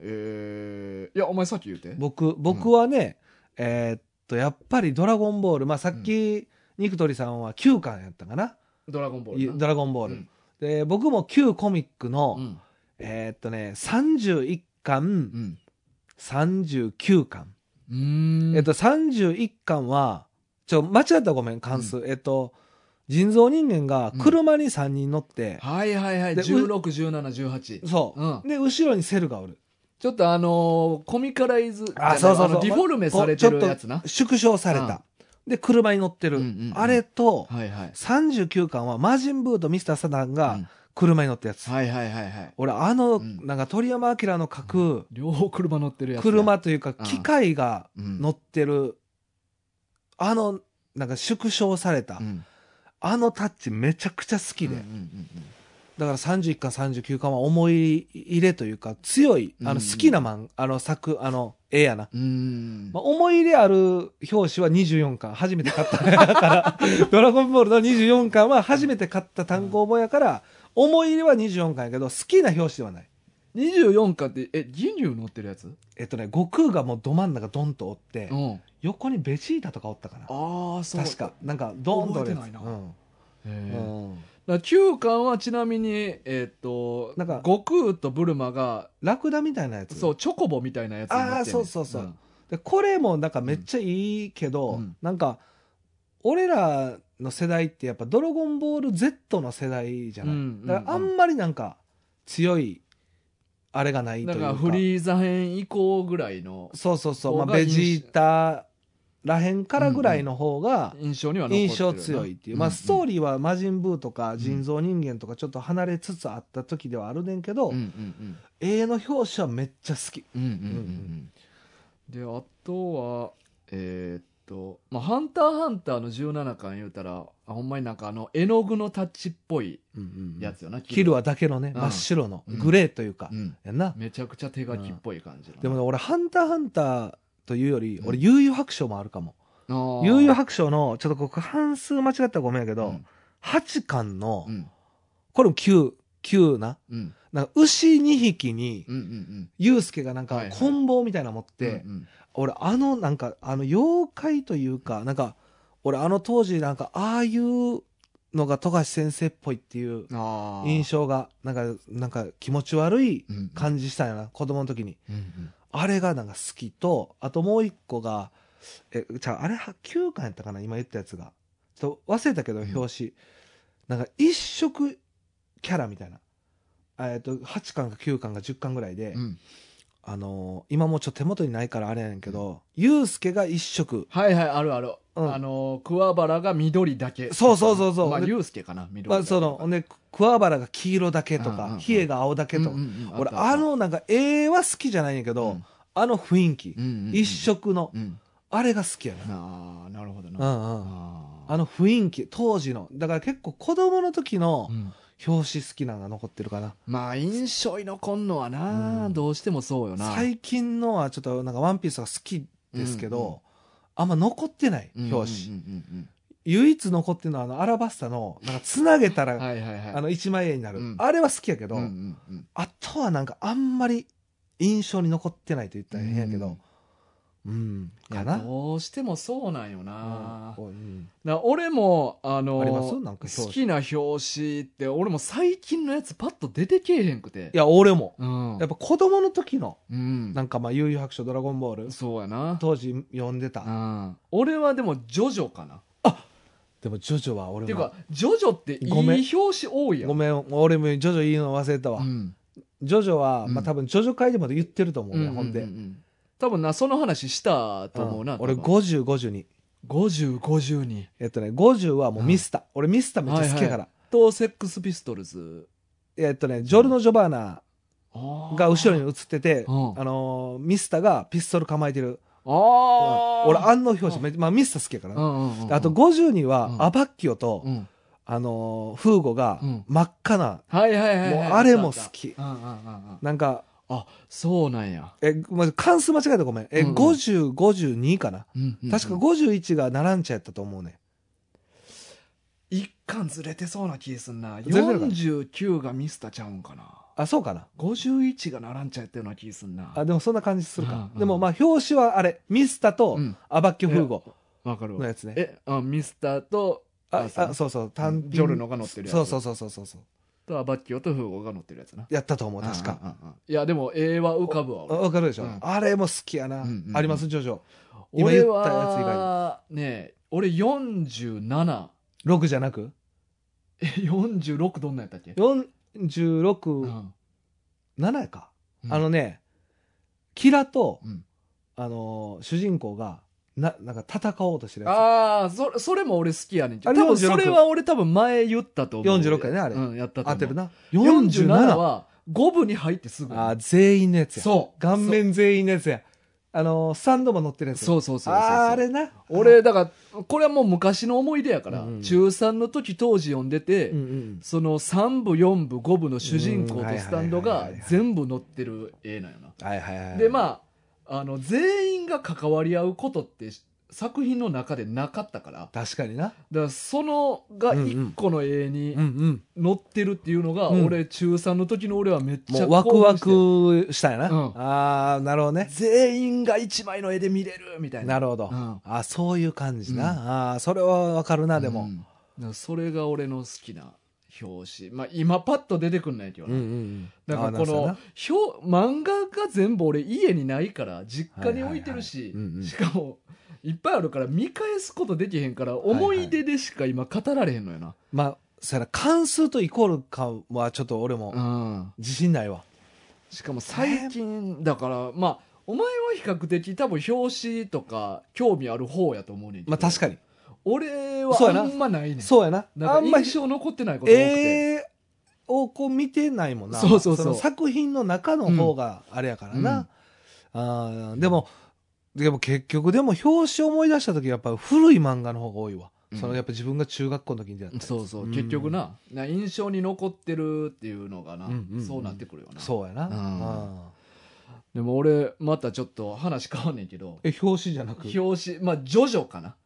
Speaker 2: えーいやお前さっき言うて
Speaker 3: 僕、僕はね、えーっと、やっぱりドラゴンボール、まあさっき、ニクトリさんは9巻やったかな。
Speaker 2: ドラゴンボー
Speaker 3: い
Speaker 2: ルな
Speaker 3: ドラゴンボール。
Speaker 2: うん
Speaker 3: で、僕も旧コミックの、
Speaker 2: うん
Speaker 3: えーっとね、31巻、
Speaker 2: うん
Speaker 3: 39巻。
Speaker 2: うーん
Speaker 3: えっと、31巻は、ちょ、間違ったらごめん、関数。えっと、人造人間が車に3人乗って、
Speaker 2: はいはいはい
Speaker 3: で
Speaker 2: 161718
Speaker 3: そう、
Speaker 2: うん
Speaker 3: で、後ろにセルがおる。
Speaker 2: ちょっとあのーコミカライズじゃないのディフォルメされて
Speaker 3: こう
Speaker 2: るやつな
Speaker 3: ちょっと縮小された。で、車に乗ってる。
Speaker 2: うんうんうん
Speaker 3: あれと、
Speaker 2: はいはい
Speaker 3: 39巻は魔人ブーとミスターサタン
Speaker 2: うん
Speaker 3: が車に乗ったやつ。
Speaker 2: はいはいはいはい
Speaker 3: 俺、あの、
Speaker 2: うん
Speaker 3: なんか鳥山明の書く、
Speaker 2: 両方車乗ってるやつや
Speaker 3: 車というか
Speaker 2: うん
Speaker 3: 機械が
Speaker 2: うん
Speaker 3: 乗ってる、あのなんか縮小された、
Speaker 2: うん
Speaker 3: あのタッチめちゃくちゃ好きで、
Speaker 2: うんうんうんうん
Speaker 3: だから31巻39巻は思い入れというか強いあ
Speaker 2: うん
Speaker 3: の好きなマン、あの作あの絵やな、
Speaker 2: うーん
Speaker 3: まあ、思い入れある表紙は24巻初めて買った だから「ドラゴンボール」の24巻は初めて買った単行本やから思い入れは24巻やけど好きな表紙ではない
Speaker 2: 24巻ってえ人流乗ってるやつ
Speaker 3: えっとね悟空がもうど真ん中ドンとおって、
Speaker 2: うん
Speaker 3: 横にベジータとかおったかな
Speaker 2: ああそう
Speaker 3: 確かなんかドーンと
Speaker 2: 覚えてないな
Speaker 3: うん
Speaker 2: へ
Speaker 3: う
Speaker 2: ー
Speaker 3: ん、
Speaker 2: だ9巻はちなみにえーっと
Speaker 3: なんか
Speaker 2: 悟空とブルマが
Speaker 3: ラクダみたいなやつ
Speaker 2: そうチョコボみたいなやつになってんねん
Speaker 3: あーそうそうそうんでこれもなんかめっちゃいいけど、
Speaker 2: うん
Speaker 3: なんか俺らの世代ってやっぱ「ドラゴンボール Z」の世代じゃない、
Speaker 2: うんうんうん
Speaker 3: だからあんまりなんか強いあれがないと
Speaker 2: だ
Speaker 3: いう
Speaker 2: か
Speaker 3: から
Speaker 2: フリーザ編以降ぐらいの
Speaker 3: そうそうそう、まあ、
Speaker 2: 方が
Speaker 3: ベ
Speaker 2: 印象
Speaker 3: ジータらへんからぐらいの方が
Speaker 2: 印象には残ってる
Speaker 3: 印象強いっていう、まあ、ストーリーは「魔人ブー」とか「人造人間」とかちょっと離れつつあった時ではあるねんけど、
Speaker 2: ーうんうん
Speaker 3: 絵の表紙はめっちゃ好き
Speaker 2: うんうんうんうんうんであとはえーっと「まあ、ハンターハンター」の17巻言うたらあほんまになんかあの絵の具のタッチっぽいやつよな、
Speaker 3: キルはだけのね、
Speaker 2: うん
Speaker 3: 真っ白の、
Speaker 2: うん
Speaker 3: グレーというか、
Speaker 2: うん
Speaker 3: やんな。
Speaker 2: めちゃくちゃ手書きっぽい感じの、
Speaker 3: でもね、俺、ハンターハンターというより、
Speaker 2: うん
Speaker 3: 俺、悠々白書もあるかも。
Speaker 2: あー
Speaker 3: 悠々白書の、ちょっとここ、半数間違ったらごめんやけど、八8巻の
Speaker 2: う、ん
Speaker 3: これも9、9な。
Speaker 2: うん
Speaker 3: なんか、牛2匹に、
Speaker 2: うんうんうん
Speaker 3: ゆうすけがなんか
Speaker 2: はいはい、
Speaker 3: 棍棒みたいなの持って、
Speaker 2: うんうん
Speaker 3: 俺、あの、なんか、あの、妖怪というか、なんか、俺、あの当時、なんか、ああいうのが、富樫先生っぽいっていう
Speaker 2: あー
Speaker 3: 印象が、なんか、なんか、気持ち悪い
Speaker 2: うんうん
Speaker 3: 感じしたんやな、子供の時に。
Speaker 2: うんうん
Speaker 3: あれがなんか好きと、あともう一個が、え、じゃあ、あれは9巻やったかな今言ったやつが。ちょっと忘れたけど、
Speaker 2: うん
Speaker 3: 表紙。なんか一色キャラみたいな。えっと、8巻か9巻か10巻ぐらいで、
Speaker 2: うん
Speaker 3: あのー今もうちょっと手元にないからあれやねんけど、ユうスケが一色。
Speaker 2: はいはい、あるある。
Speaker 3: うん
Speaker 2: あの、桑原が緑だけ。
Speaker 3: そうそうそうそう
Speaker 2: まあ、
Speaker 3: で
Speaker 2: ゆうすけかな、緑だけ
Speaker 3: まあ、その、ほんで、桑原が黄色だけと
Speaker 2: うんうんう
Speaker 3: か
Speaker 2: ん、
Speaker 3: ヒエが青だけと
Speaker 2: う
Speaker 3: か
Speaker 2: んう。んうん
Speaker 3: 俺、
Speaker 2: ったった
Speaker 3: あの、なんか、絵は好きじゃないんやけ
Speaker 2: う
Speaker 3: ど
Speaker 2: ん、
Speaker 3: あの雰囲気
Speaker 2: う。んうんうん
Speaker 3: 一。色の
Speaker 2: う、ん。
Speaker 3: あれが好きやな。
Speaker 2: ああ、なるほど
Speaker 3: う
Speaker 2: な。
Speaker 3: んうん。
Speaker 2: あ
Speaker 3: あの雰囲気、当時の。だから結構子供の時の
Speaker 2: ーうん
Speaker 3: 表紙好きなのが残ってるかな。
Speaker 2: まあ、印象に残んのはな、
Speaker 3: うん
Speaker 2: どうしてもそうよな。
Speaker 3: 最近のはちょっとなんかワンピースが好きですけ
Speaker 2: うんうん
Speaker 3: ど、あんま残ってない表紙。
Speaker 2: うんうんうん
Speaker 3: 唯一残ってるのはあのアラバスタの、なんか繋げた
Speaker 2: うん
Speaker 3: ら、
Speaker 2: はいはいはい。
Speaker 3: あの一枚絵になる、
Speaker 2: うん
Speaker 3: あれは好きやけど、
Speaker 2: うんうんうん、
Speaker 3: あとはなんかあんまり印象に残ってないと言ったら変やけど、うん、
Speaker 2: い
Speaker 3: か
Speaker 2: や
Speaker 3: な。
Speaker 2: どうしてもそうなんよな。
Speaker 3: うんうん
Speaker 2: な俺も、あの
Speaker 3: ありますなんか表紙
Speaker 2: 好きな表紙って、俺も最近のやつパッと出てけえへんくて。
Speaker 3: いや、俺も。
Speaker 2: うん。
Speaker 3: やっぱ子供の時の、
Speaker 2: うん。
Speaker 3: なんかまあ、悠々白書ドラゴンボール、
Speaker 2: そうやな。
Speaker 3: 当時読んで
Speaker 2: う
Speaker 3: た。
Speaker 2: ん。俺はでも、ジョジョかな。っ
Speaker 3: でも、ジョジョは俺
Speaker 2: ていう
Speaker 3: も
Speaker 2: か、、ジョジョっていい
Speaker 3: ごめん
Speaker 2: 表紙多いやん。
Speaker 3: ごめん、俺もジョジョいいの忘れたわ。
Speaker 2: うん。
Speaker 3: ジョジョは、
Speaker 2: うん
Speaker 3: まあ多分ジョジョ会でも言ってると思うね、ほんで。
Speaker 2: うううん多分な、その話したと思うな。
Speaker 3: うん俺
Speaker 2: 多分
Speaker 3: 50、52。
Speaker 2: 50、50に。
Speaker 3: えっとね、50はもうミスター。俺ミスターめっちゃ好きやから。
Speaker 2: と、セックスピストルズ
Speaker 3: えっとね、ジョルノ・ジョバーナが
Speaker 2: が
Speaker 3: 後ろに映ってて、
Speaker 2: う
Speaker 3: あ
Speaker 2: ん
Speaker 3: のーミスターがピストル構えてる。
Speaker 2: あ
Speaker 3: うん
Speaker 2: あ、
Speaker 3: 俺、あんの表紙めっちゃ、まあミスター好きやから
Speaker 2: う
Speaker 3: な。
Speaker 2: んうんうん
Speaker 3: あと、52
Speaker 2: うん
Speaker 3: は、アバッキオと、
Speaker 2: うん
Speaker 3: あのーフーゴが
Speaker 2: うん
Speaker 3: 真っ赤な、
Speaker 2: はいはいはいはい、
Speaker 3: もうあれも好き
Speaker 2: うんうんうんうん
Speaker 3: なんか、
Speaker 2: あそうなんや、
Speaker 3: え、ま、関数間違えたらごめん。え、
Speaker 2: うんうん
Speaker 3: 50、52かな。
Speaker 2: うんうんうん
Speaker 3: 確か51がナランチャやったと思うね。
Speaker 2: 一巻ずれてそうな気すんな
Speaker 3: ずれてるか
Speaker 2: 49がミスタちゃうんかな
Speaker 3: あ、そうかな。
Speaker 2: 51がならんちゃったような気すんな
Speaker 3: あでもそんな感じする
Speaker 2: うん
Speaker 3: か、
Speaker 2: うん
Speaker 3: でもまあ表紙はあれミスタと
Speaker 2: うん
Speaker 3: アバッキョフーゴ
Speaker 2: わかる
Speaker 3: の
Speaker 2: わ
Speaker 3: やつね、
Speaker 2: えあミスターと
Speaker 3: あ
Speaker 2: そう
Speaker 3: あそうそう品
Speaker 2: ジョルノが乗ってるやつ
Speaker 3: そうそうそうそうそうそう
Speaker 2: とアバッキオとフーゴが乗ってるやつな
Speaker 3: やったと思う確か
Speaker 2: うんうんうんいやでも絵は浮かぶわ
Speaker 3: あ
Speaker 2: 俺
Speaker 3: わかるでしょ、
Speaker 2: うん
Speaker 3: あれも好きやな、
Speaker 2: うんうんうん
Speaker 3: ありますジョジョ今
Speaker 2: 俺
Speaker 3: 言ったやつ以外
Speaker 2: はね俺47
Speaker 3: 6じゃなく
Speaker 2: え46どんなんやったっけ、う
Speaker 3: 467
Speaker 2: ん
Speaker 3: やか、
Speaker 2: うん
Speaker 3: あのねキラと、
Speaker 2: うん
Speaker 3: あのー主人公がななんか戦おうとしてるや
Speaker 2: ああ、それ、それも俺好きやねんけど。
Speaker 3: あれ
Speaker 2: 多分
Speaker 3: 46
Speaker 2: それは俺多分前言ったと思う。
Speaker 3: 46やねあれ
Speaker 2: うん、やった
Speaker 3: つ
Speaker 2: と思う。
Speaker 3: 合ってるな
Speaker 2: 47
Speaker 3: 47
Speaker 2: は5部に入ってすぐ。
Speaker 3: あー全員のやつや
Speaker 2: そう。
Speaker 3: 顔面全員のやつやあのースタンドも乗ってるやつ
Speaker 2: そう。そうそうそうそう。
Speaker 3: あーあれな
Speaker 2: 俺、だから、これはもう昔の思い出やから、
Speaker 3: うん
Speaker 2: 中3の時当時読んでて、
Speaker 3: うんうん
Speaker 2: その3部、4部、5部の主人公
Speaker 3: うん
Speaker 2: とスタンド
Speaker 3: はいはい
Speaker 2: が
Speaker 3: はいはい
Speaker 2: 全部載ってる絵なんよな。
Speaker 3: はいはいはい
Speaker 2: で、まあ、あの、全員が関わり合うことって作品の中でなかったから、だか
Speaker 3: 確かにな
Speaker 2: らそのが1個の絵に、
Speaker 3: ん
Speaker 2: 乗ってるっていうのが、
Speaker 3: うん
Speaker 2: 俺中3の時の俺はめっち
Speaker 3: も
Speaker 2: ゃ
Speaker 3: うワク
Speaker 2: 興
Speaker 3: ワ
Speaker 2: 奮して
Speaker 3: クしたんやな、
Speaker 2: うん
Speaker 3: ああなるほどね
Speaker 2: 全員が一枚の絵で見れるみたいな
Speaker 3: なるほど、
Speaker 2: うん
Speaker 3: あそういう感じ
Speaker 2: うん
Speaker 3: な、ああーそれはわかるなで
Speaker 2: う
Speaker 3: も、
Speaker 2: んだからそれが俺の好きな表紙まあ今パッと出てくんないけど
Speaker 3: うんう
Speaker 2: な、
Speaker 3: んうん
Speaker 2: だから
Speaker 3: あ
Speaker 2: こ
Speaker 3: ーなるほ
Speaker 2: の
Speaker 3: ど
Speaker 2: 表
Speaker 3: な
Speaker 2: 漫画が全部俺家にないから実家に置いてる
Speaker 3: はい
Speaker 2: し
Speaker 3: はいはいうんうん
Speaker 2: しかもいっぱいあるから見返すことできへんから思い出でしか今語られへんのよな、
Speaker 3: まあそら関数とイコールかはちょっと俺も
Speaker 2: うん
Speaker 3: 自信ないわ、
Speaker 2: しかも最近だからまあお前は比較的多分表紙とか興味ある方やと思うねんけど
Speaker 3: まあ確かに、
Speaker 2: 俺は
Speaker 3: そうやな
Speaker 2: あんまないねん
Speaker 3: そうやな
Speaker 2: なんか
Speaker 3: あんま
Speaker 2: 印象残ってないこと多くて、
Speaker 3: えー、をこう見てないもんな
Speaker 2: そうそうそう
Speaker 3: の作品の中の方があれやからな、あーでもでも結局でも表紙思い出した時やっぱ古い漫画の方が多いわ、
Speaker 2: うん
Speaker 3: そのやっぱ自分が中学校の時に出会ったやつ
Speaker 2: そうそう、
Speaker 3: うん
Speaker 2: 結局なな印象に残ってるっていうのがな、
Speaker 3: うんうんうん
Speaker 2: そうなってくるよな
Speaker 3: そうやな、
Speaker 2: うん
Speaker 3: あ
Speaker 2: でも俺またちょっと話変わんねんけど
Speaker 3: ーえ表紙じゃなくジョ
Speaker 2: 表紙まあジョジョかな、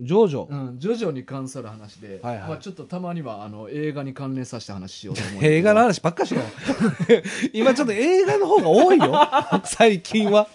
Speaker 3: ジョ、
Speaker 2: うん、ジョジョに関する話で、
Speaker 3: はいはい
Speaker 2: まあ、ちょっとたまにはあの映画に関連させた話しようと思うんだけど
Speaker 3: 映画の話ばっかしかよ 今ちょっと映画の方が多いよ 最近は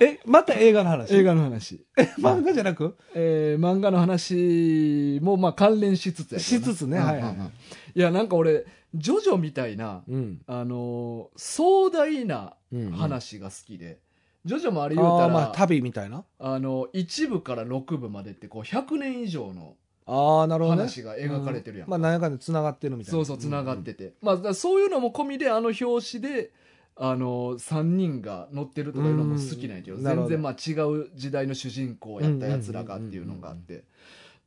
Speaker 3: えまた映画の話
Speaker 2: 映画の話
Speaker 3: 漫画じゃなく
Speaker 2: えー漫画の話もまあ関連しつつやけどな
Speaker 3: しつつね
Speaker 2: うんうんうん
Speaker 3: はいはいはい
Speaker 2: やなんか俺ジョジョみたいな、
Speaker 3: うん、
Speaker 2: あのー壮大な
Speaker 3: うん
Speaker 2: 話が好きで、ジョジョもあれ
Speaker 3: あ
Speaker 2: 言うた
Speaker 3: ー
Speaker 2: ら
Speaker 3: まあ
Speaker 2: あ、
Speaker 3: 旅みたいな
Speaker 2: の1部から6部までってこう100年以上の
Speaker 3: ああなるほどね
Speaker 2: 話が描かれてるやん
Speaker 3: まあ何やかんでつながってるみたいな
Speaker 2: そうそうつながってて、まあだからそういうのも込みであの表紙であの3人が乗ってるとかいうのも好きなんやけど
Speaker 3: うんな
Speaker 2: 全
Speaker 3: るほど
Speaker 2: 然まあ違う時代の主人公やったやつらがっていうのがあって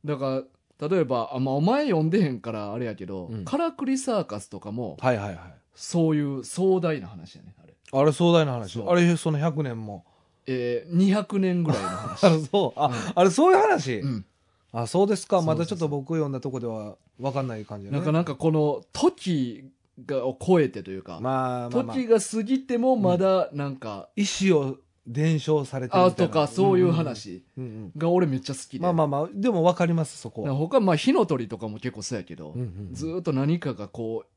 Speaker 2: だから例えばあ、まあ、お前読んでへんからあれやけど、
Speaker 3: うん
Speaker 2: カラクリサーカスとかも
Speaker 3: はいはいはい
Speaker 2: そういう壮大な話やねあれ、
Speaker 3: あれ壮大な話
Speaker 2: そう
Speaker 3: あれその100年も
Speaker 2: えー、200年ぐらいの話、
Speaker 3: あそうあ,、あれそういう話、
Speaker 2: うん、
Speaker 3: あそうですか
Speaker 2: そうそうそう
Speaker 3: またちょっと僕読んだとこでは分かんない感じだね
Speaker 2: なんかなんかこの時がを超えてというか、
Speaker 3: まあまあ、まあ、
Speaker 2: 時が過ぎてもまだなんか、
Speaker 3: 意思を伝承されてる
Speaker 2: あ
Speaker 3: みたいな
Speaker 2: とかそういう、話
Speaker 3: うんうんうんうん
Speaker 2: が俺めっちゃ好きで、
Speaker 3: まあまあまあでも分かりますそこ
Speaker 2: なん
Speaker 3: は、
Speaker 2: か他まあ火の鳥とかも結構そうやけど、
Speaker 3: うんうん
Speaker 2: ずーっと何かがこう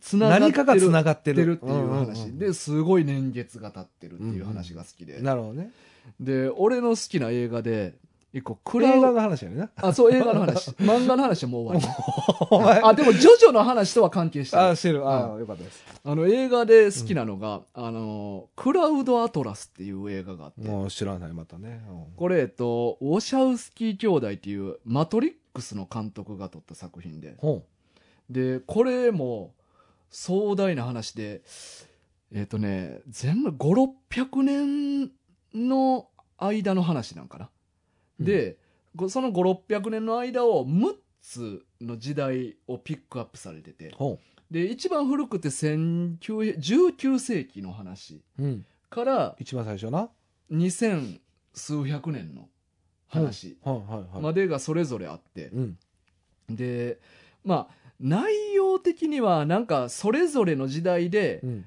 Speaker 2: つながっ
Speaker 3: 何
Speaker 2: て
Speaker 3: か
Speaker 2: る
Speaker 3: がつながって
Speaker 2: って
Speaker 3: る
Speaker 2: るっていう話、
Speaker 3: んんん
Speaker 2: ですごい年月が経ってるっていう話が好きで、
Speaker 3: なるほどね
Speaker 2: で俺の好きな映画で一個クラ
Speaker 3: 映画
Speaker 2: ウ
Speaker 3: の話やねんな
Speaker 2: あそう映画の 話漫画の話はもう終わ
Speaker 3: お前
Speaker 2: り あでもジョジョの話とは関係してる
Speaker 3: あしてるあ、よかったです
Speaker 2: あの映画で好きなのが、あのクラウドアトラスっていう映画があって、
Speaker 3: もう知らないまたね、うん
Speaker 2: これ、えっと、ウォシャウスキー兄弟っていうマトリックスの監督が撮った作品で、
Speaker 3: ほ
Speaker 2: で、これも壮大な話で、えっ、とね、全部5、600年の間の話なんかな。
Speaker 3: う
Speaker 2: で、ごその5、600年の間を6つの時代をピックアップされてて、
Speaker 3: ほ
Speaker 2: で、一番古くて1900 19世紀の話
Speaker 3: う、うん、
Speaker 2: から
Speaker 3: 一番最初な
Speaker 2: 2000数百年の話
Speaker 3: はいはいはい、
Speaker 2: までがそれぞれあって、
Speaker 3: うん
Speaker 2: で、まあ、内容的にはなんかそれぞれの時代で
Speaker 3: うん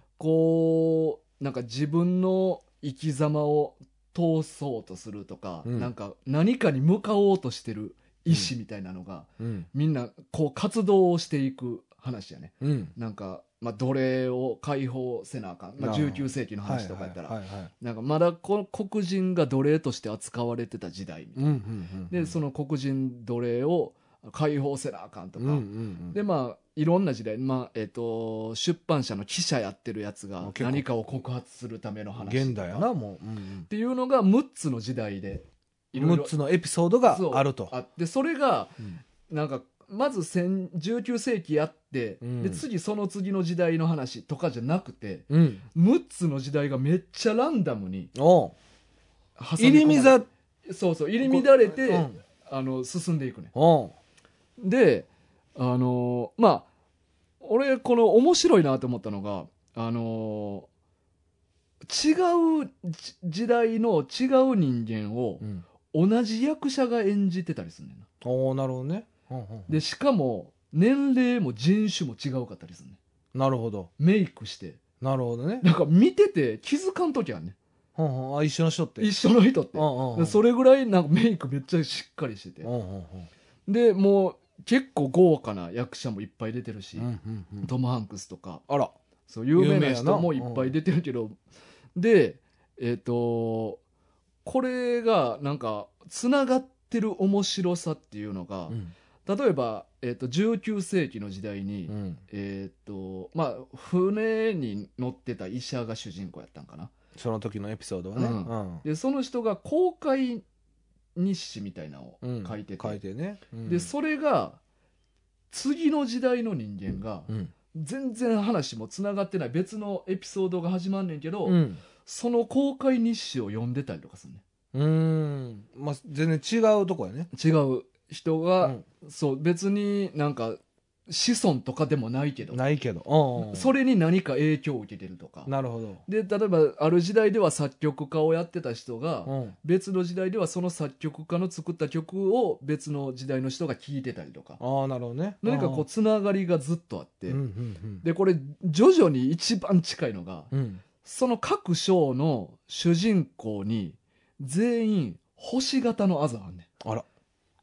Speaker 2: こうなんか自分の生き様を通そうとするとか、
Speaker 3: うん
Speaker 2: なんか何かに向かおうとしてる意志みたいなのが、
Speaker 3: うん
Speaker 2: みんなこう活動をしていく話やね
Speaker 3: うん
Speaker 2: なんか、まあ、奴隷を解放せなあかん、まあ、
Speaker 3: なるほど
Speaker 2: 19世紀の話とかやったら、
Speaker 3: はいはいはいはい
Speaker 2: なんかまだこ黒人が奴隷として扱われてた時代みたいな
Speaker 3: うんうんうんうん、
Speaker 2: でその黒人奴隷を解放せなあかんとか、
Speaker 3: うんうんうん、
Speaker 2: でまあいろんな時代、まあえっと出版社の記者やってるやつ
Speaker 3: あ
Speaker 2: が
Speaker 3: 結構
Speaker 2: 何かを告発するための話とか
Speaker 3: 現代やな
Speaker 2: っ
Speaker 3: もう、うん
Speaker 2: ていうのが6つの時代で
Speaker 3: う
Speaker 2: い
Speaker 3: ん、
Speaker 2: ろいろ
Speaker 3: 6つのエピソードが
Speaker 2: そう
Speaker 3: あると
Speaker 2: あってそれが
Speaker 3: うん
Speaker 2: なんかまず1000 19世紀やって、
Speaker 3: うん
Speaker 2: で次その次の時代の話とかじゃなくて
Speaker 3: うん
Speaker 2: 6つの時代がめっちゃランダムに
Speaker 3: おう
Speaker 2: 挟み込まれ
Speaker 3: 入りざ
Speaker 2: そうそう入り乱れて、
Speaker 3: うん
Speaker 2: あの進んでいくね
Speaker 3: おう
Speaker 2: であのーまあ俺この面白いなと思ったのがあのー違うじ時代の違う人間を
Speaker 3: うん
Speaker 2: 同じ役者が演じてたりするねんな
Speaker 3: おうなるほどね、うんうんうん
Speaker 2: でしかも年齢も人種も違うかったりするねん
Speaker 3: なるほど
Speaker 2: メイクして
Speaker 3: なるほどね、
Speaker 2: なんか見てて気づかん時あんね
Speaker 3: うんうん、あ一緒の人って
Speaker 2: ん一緒の人って
Speaker 3: うんうんう
Speaker 2: で
Speaker 3: ん
Speaker 2: それぐらいなんかメイクめっちゃしっかりしてて
Speaker 3: うんうんうん
Speaker 2: でもう結構豪華な役者もいっぱい出てるし、
Speaker 3: うんうんうん
Speaker 2: トム・ハンクスとか
Speaker 3: あら
Speaker 2: そう有名
Speaker 3: 有名
Speaker 2: な
Speaker 3: やな
Speaker 2: 人もいっぱい出てるけど、でえっ、とこれがなんかつながってる面白さっていうのが、
Speaker 3: うん
Speaker 2: 例えば、えっと19世紀の時代に、
Speaker 3: うん
Speaker 2: えっ、とまあ船に乗ってた医者が主人公やったんかな
Speaker 3: その時のエピソードはね、
Speaker 2: うん
Speaker 3: うん
Speaker 2: でその人が公開日誌みたいなのを
Speaker 3: うん
Speaker 2: 書いてて,、
Speaker 3: 書いてね、うん
Speaker 2: でそれが次の時代の人間が
Speaker 3: うん
Speaker 2: 全然話もつながってない別のエピソードが始まんねんけど、
Speaker 3: うん
Speaker 2: その公開日誌を読んでたりとかするね
Speaker 3: うーんまあ全然違うとこやね
Speaker 2: 違う人が、
Speaker 3: うん
Speaker 2: そう別になんか子孫とかでもないけど
Speaker 3: ないけどうんうん
Speaker 2: それに何か影響を受けてるとか
Speaker 3: なるほど
Speaker 2: で例えばある時代では作曲家をやってた人が、
Speaker 3: うん
Speaker 2: 別の時代ではその作曲家の作った曲を別の時代の人が聴いてたりとか
Speaker 3: ああなるほどね
Speaker 2: 何かこうつながりがずっとあって、
Speaker 3: うんうん
Speaker 2: でこれ徐々に一番近いのが、
Speaker 3: うんうん
Speaker 2: その各章の主人公に全員星型のあざあんねん。
Speaker 3: あら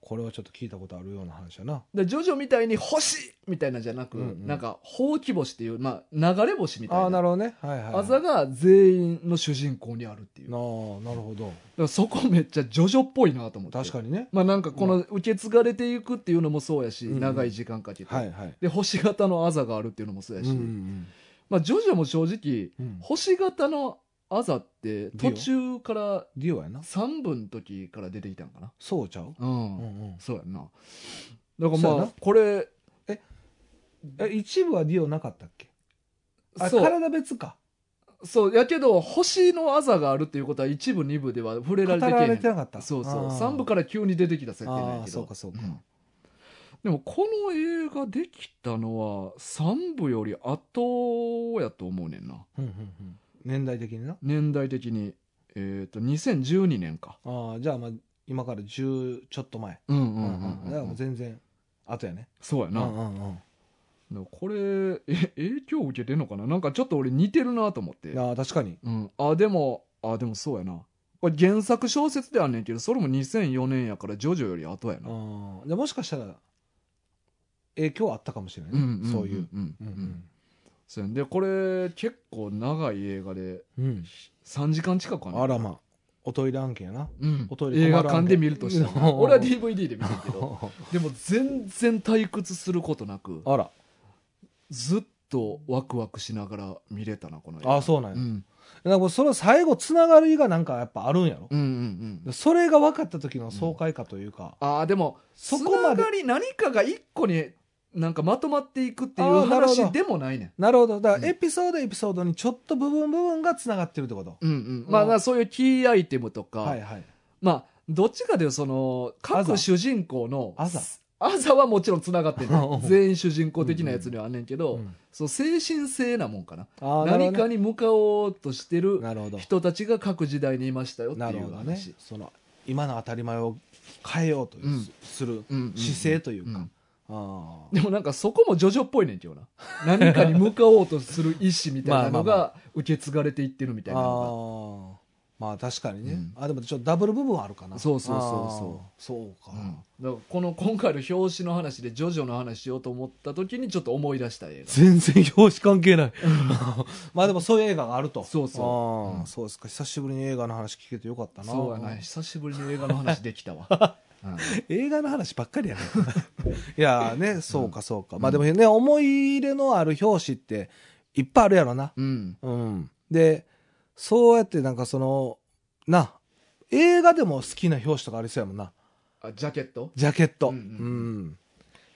Speaker 3: これはちょっと聞いたことあるような話やな
Speaker 2: でジョジョみたいに星みたいなんじゃなく、
Speaker 3: うんうん
Speaker 2: なんかほうき星っていう、まあ、流れ星みたい
Speaker 3: あ
Speaker 2: な
Speaker 3: あなるほどねはいはいはい
Speaker 2: あざが全員の主人公にあるっていう
Speaker 3: な
Speaker 2: だか
Speaker 3: あなるほど
Speaker 2: らそこめっちゃジョジョっぽいなと思って
Speaker 3: 確かにね
Speaker 2: まあなんかこの受け継がれていくっていうのもそうやし、
Speaker 3: うんうん
Speaker 2: 長い時間かけて、
Speaker 3: はいはい
Speaker 2: で星型のあざがあるっていうのもそうやし、
Speaker 3: うん
Speaker 2: まあ、ジョジョも正直
Speaker 3: うん
Speaker 2: 星型のアザって
Speaker 3: ディ
Speaker 2: 途
Speaker 3: オ
Speaker 2: 中から
Speaker 3: ディオやな
Speaker 2: 3分の時から出てきたんかな
Speaker 3: そうちゃう、
Speaker 2: うん、
Speaker 3: うん
Speaker 2: そうやんなだから
Speaker 3: そう
Speaker 2: ま
Speaker 3: や
Speaker 2: あ
Speaker 3: な
Speaker 2: これ
Speaker 3: うん、え一部はディオなかったっけあ
Speaker 2: そう
Speaker 3: 体別か
Speaker 2: そうやけど星のあざがあるっていうことは一部二部では触れら
Speaker 3: 語
Speaker 2: れてけえ
Speaker 3: ら
Speaker 2: へ
Speaker 3: れ
Speaker 2: ん
Speaker 3: てなかった
Speaker 2: そうそう
Speaker 3: あー
Speaker 2: 3部から急に出てきた設定なんや
Speaker 3: あー
Speaker 2: けど
Speaker 3: そうかそうか
Speaker 2: んでもこの映画できたのは3部より後やと思うねんな
Speaker 3: うんうんうん年代的にな
Speaker 2: 年代的にえっ、と2012年か
Speaker 3: ああじゃあまあ今から10ちょっと前
Speaker 2: うんう
Speaker 3: うんんう
Speaker 2: うん
Speaker 3: んだか
Speaker 2: う
Speaker 3: ら
Speaker 2: ん、
Speaker 3: もう全然後やね
Speaker 2: そうや
Speaker 3: うん
Speaker 2: な、
Speaker 3: うん
Speaker 2: でもこれえ影響受けてんのかななんかちょっと俺似てるなと思って
Speaker 3: うんああ確かに
Speaker 2: うん、あでもあでもそうやなこれ原作小説ではねんけどそれも2004年やからジョジョより後やな、
Speaker 3: ああでもしかしたら影響はあったかもしれない
Speaker 2: うんん
Speaker 3: ね
Speaker 2: ん
Speaker 3: そう
Speaker 2: うん
Speaker 3: いうう
Speaker 2: うんん
Speaker 3: う
Speaker 2: うん
Speaker 3: ん
Speaker 2: そうやんでこれ結構長い映画で
Speaker 3: うん
Speaker 2: 3時間近くかな
Speaker 3: あらまあおトイレ案件や な
Speaker 2: うん
Speaker 3: おトイ、レ
Speaker 2: 映
Speaker 3: 困ら
Speaker 2: 画
Speaker 3: ん
Speaker 2: 館
Speaker 3: け
Speaker 2: で見るとしたら 俺は DVD で見るけ どでも全然退屈することなく
Speaker 3: あら
Speaker 2: ずっとワクワクしながら見れたなこの映画
Speaker 3: ああそうなんや、
Speaker 2: うん
Speaker 3: なんかその最後つながりがなんかやっぱあるんやろ
Speaker 2: うんうんうん
Speaker 3: でそれが分かった時の爽快感というか、
Speaker 2: ああでも
Speaker 3: そ
Speaker 2: そ
Speaker 3: こ
Speaker 2: こ
Speaker 3: まで
Speaker 2: まがり何かが一個になんかまとまっていくってい
Speaker 3: あ
Speaker 2: う
Speaker 3: ーなるほど
Speaker 2: 話でもないねん
Speaker 3: なるほどだか
Speaker 2: うん
Speaker 3: らエピソードエピソードにちょっと部分部分がつながってるってこと、
Speaker 2: うんうん、まあ、まあそういうキーアイテムとか、
Speaker 3: はいはい
Speaker 2: まあどっちかというとその
Speaker 3: アザ
Speaker 2: 各主人公の
Speaker 3: アザ
Speaker 2: アザはもちろんつながって る全員主人公的なやつにはあんねんけど、
Speaker 3: うん
Speaker 2: そう精神性なもんかな
Speaker 3: あーなるほ
Speaker 2: 何
Speaker 3: ど
Speaker 2: かに向かおうとしてる
Speaker 3: なるほど
Speaker 2: 人たちが各時代にいましたよって
Speaker 3: なる
Speaker 2: い
Speaker 3: ほ
Speaker 2: う
Speaker 3: どね
Speaker 2: 話、
Speaker 3: その今の当たり前を変えようという
Speaker 2: うん
Speaker 3: す
Speaker 2: う
Speaker 3: る
Speaker 2: んうんうん
Speaker 3: 姿勢というか、
Speaker 2: うん
Speaker 3: あー
Speaker 2: でもなんかそこもジョジョっぽいねんけどな何かに向かおうとする意志みたいなの
Speaker 3: まあまあ
Speaker 2: が受け継がれていってるみたい
Speaker 3: あ
Speaker 2: なの
Speaker 3: ーまあ確かにね、
Speaker 2: うん
Speaker 3: あでもちょっとダブル部分はあるかな
Speaker 2: そうそうそう
Speaker 3: そうそうか
Speaker 2: が、、うんだからこの今回の表紙の話でジョジョの話しようと思った時にちょっと思い出した映画
Speaker 3: 全然表紙関係ない まあでもそういう映画があると
Speaker 2: そうそう
Speaker 3: あー
Speaker 2: うん
Speaker 3: そうですか久しぶりに映画の話聞けてよかったな
Speaker 2: そうやな久しぶりに映画の話できた わ、うん
Speaker 3: 映画の話ばっかりや ねいやーねそうかそうか、まあでもね思い入れのある表紙っていっぱいあるやろな
Speaker 2: うん
Speaker 3: うんでそうやってなんかそのな映画でも好きな表紙とかありそうやもんな
Speaker 2: あジャケット
Speaker 3: ジャケットう
Speaker 2: うんん、うん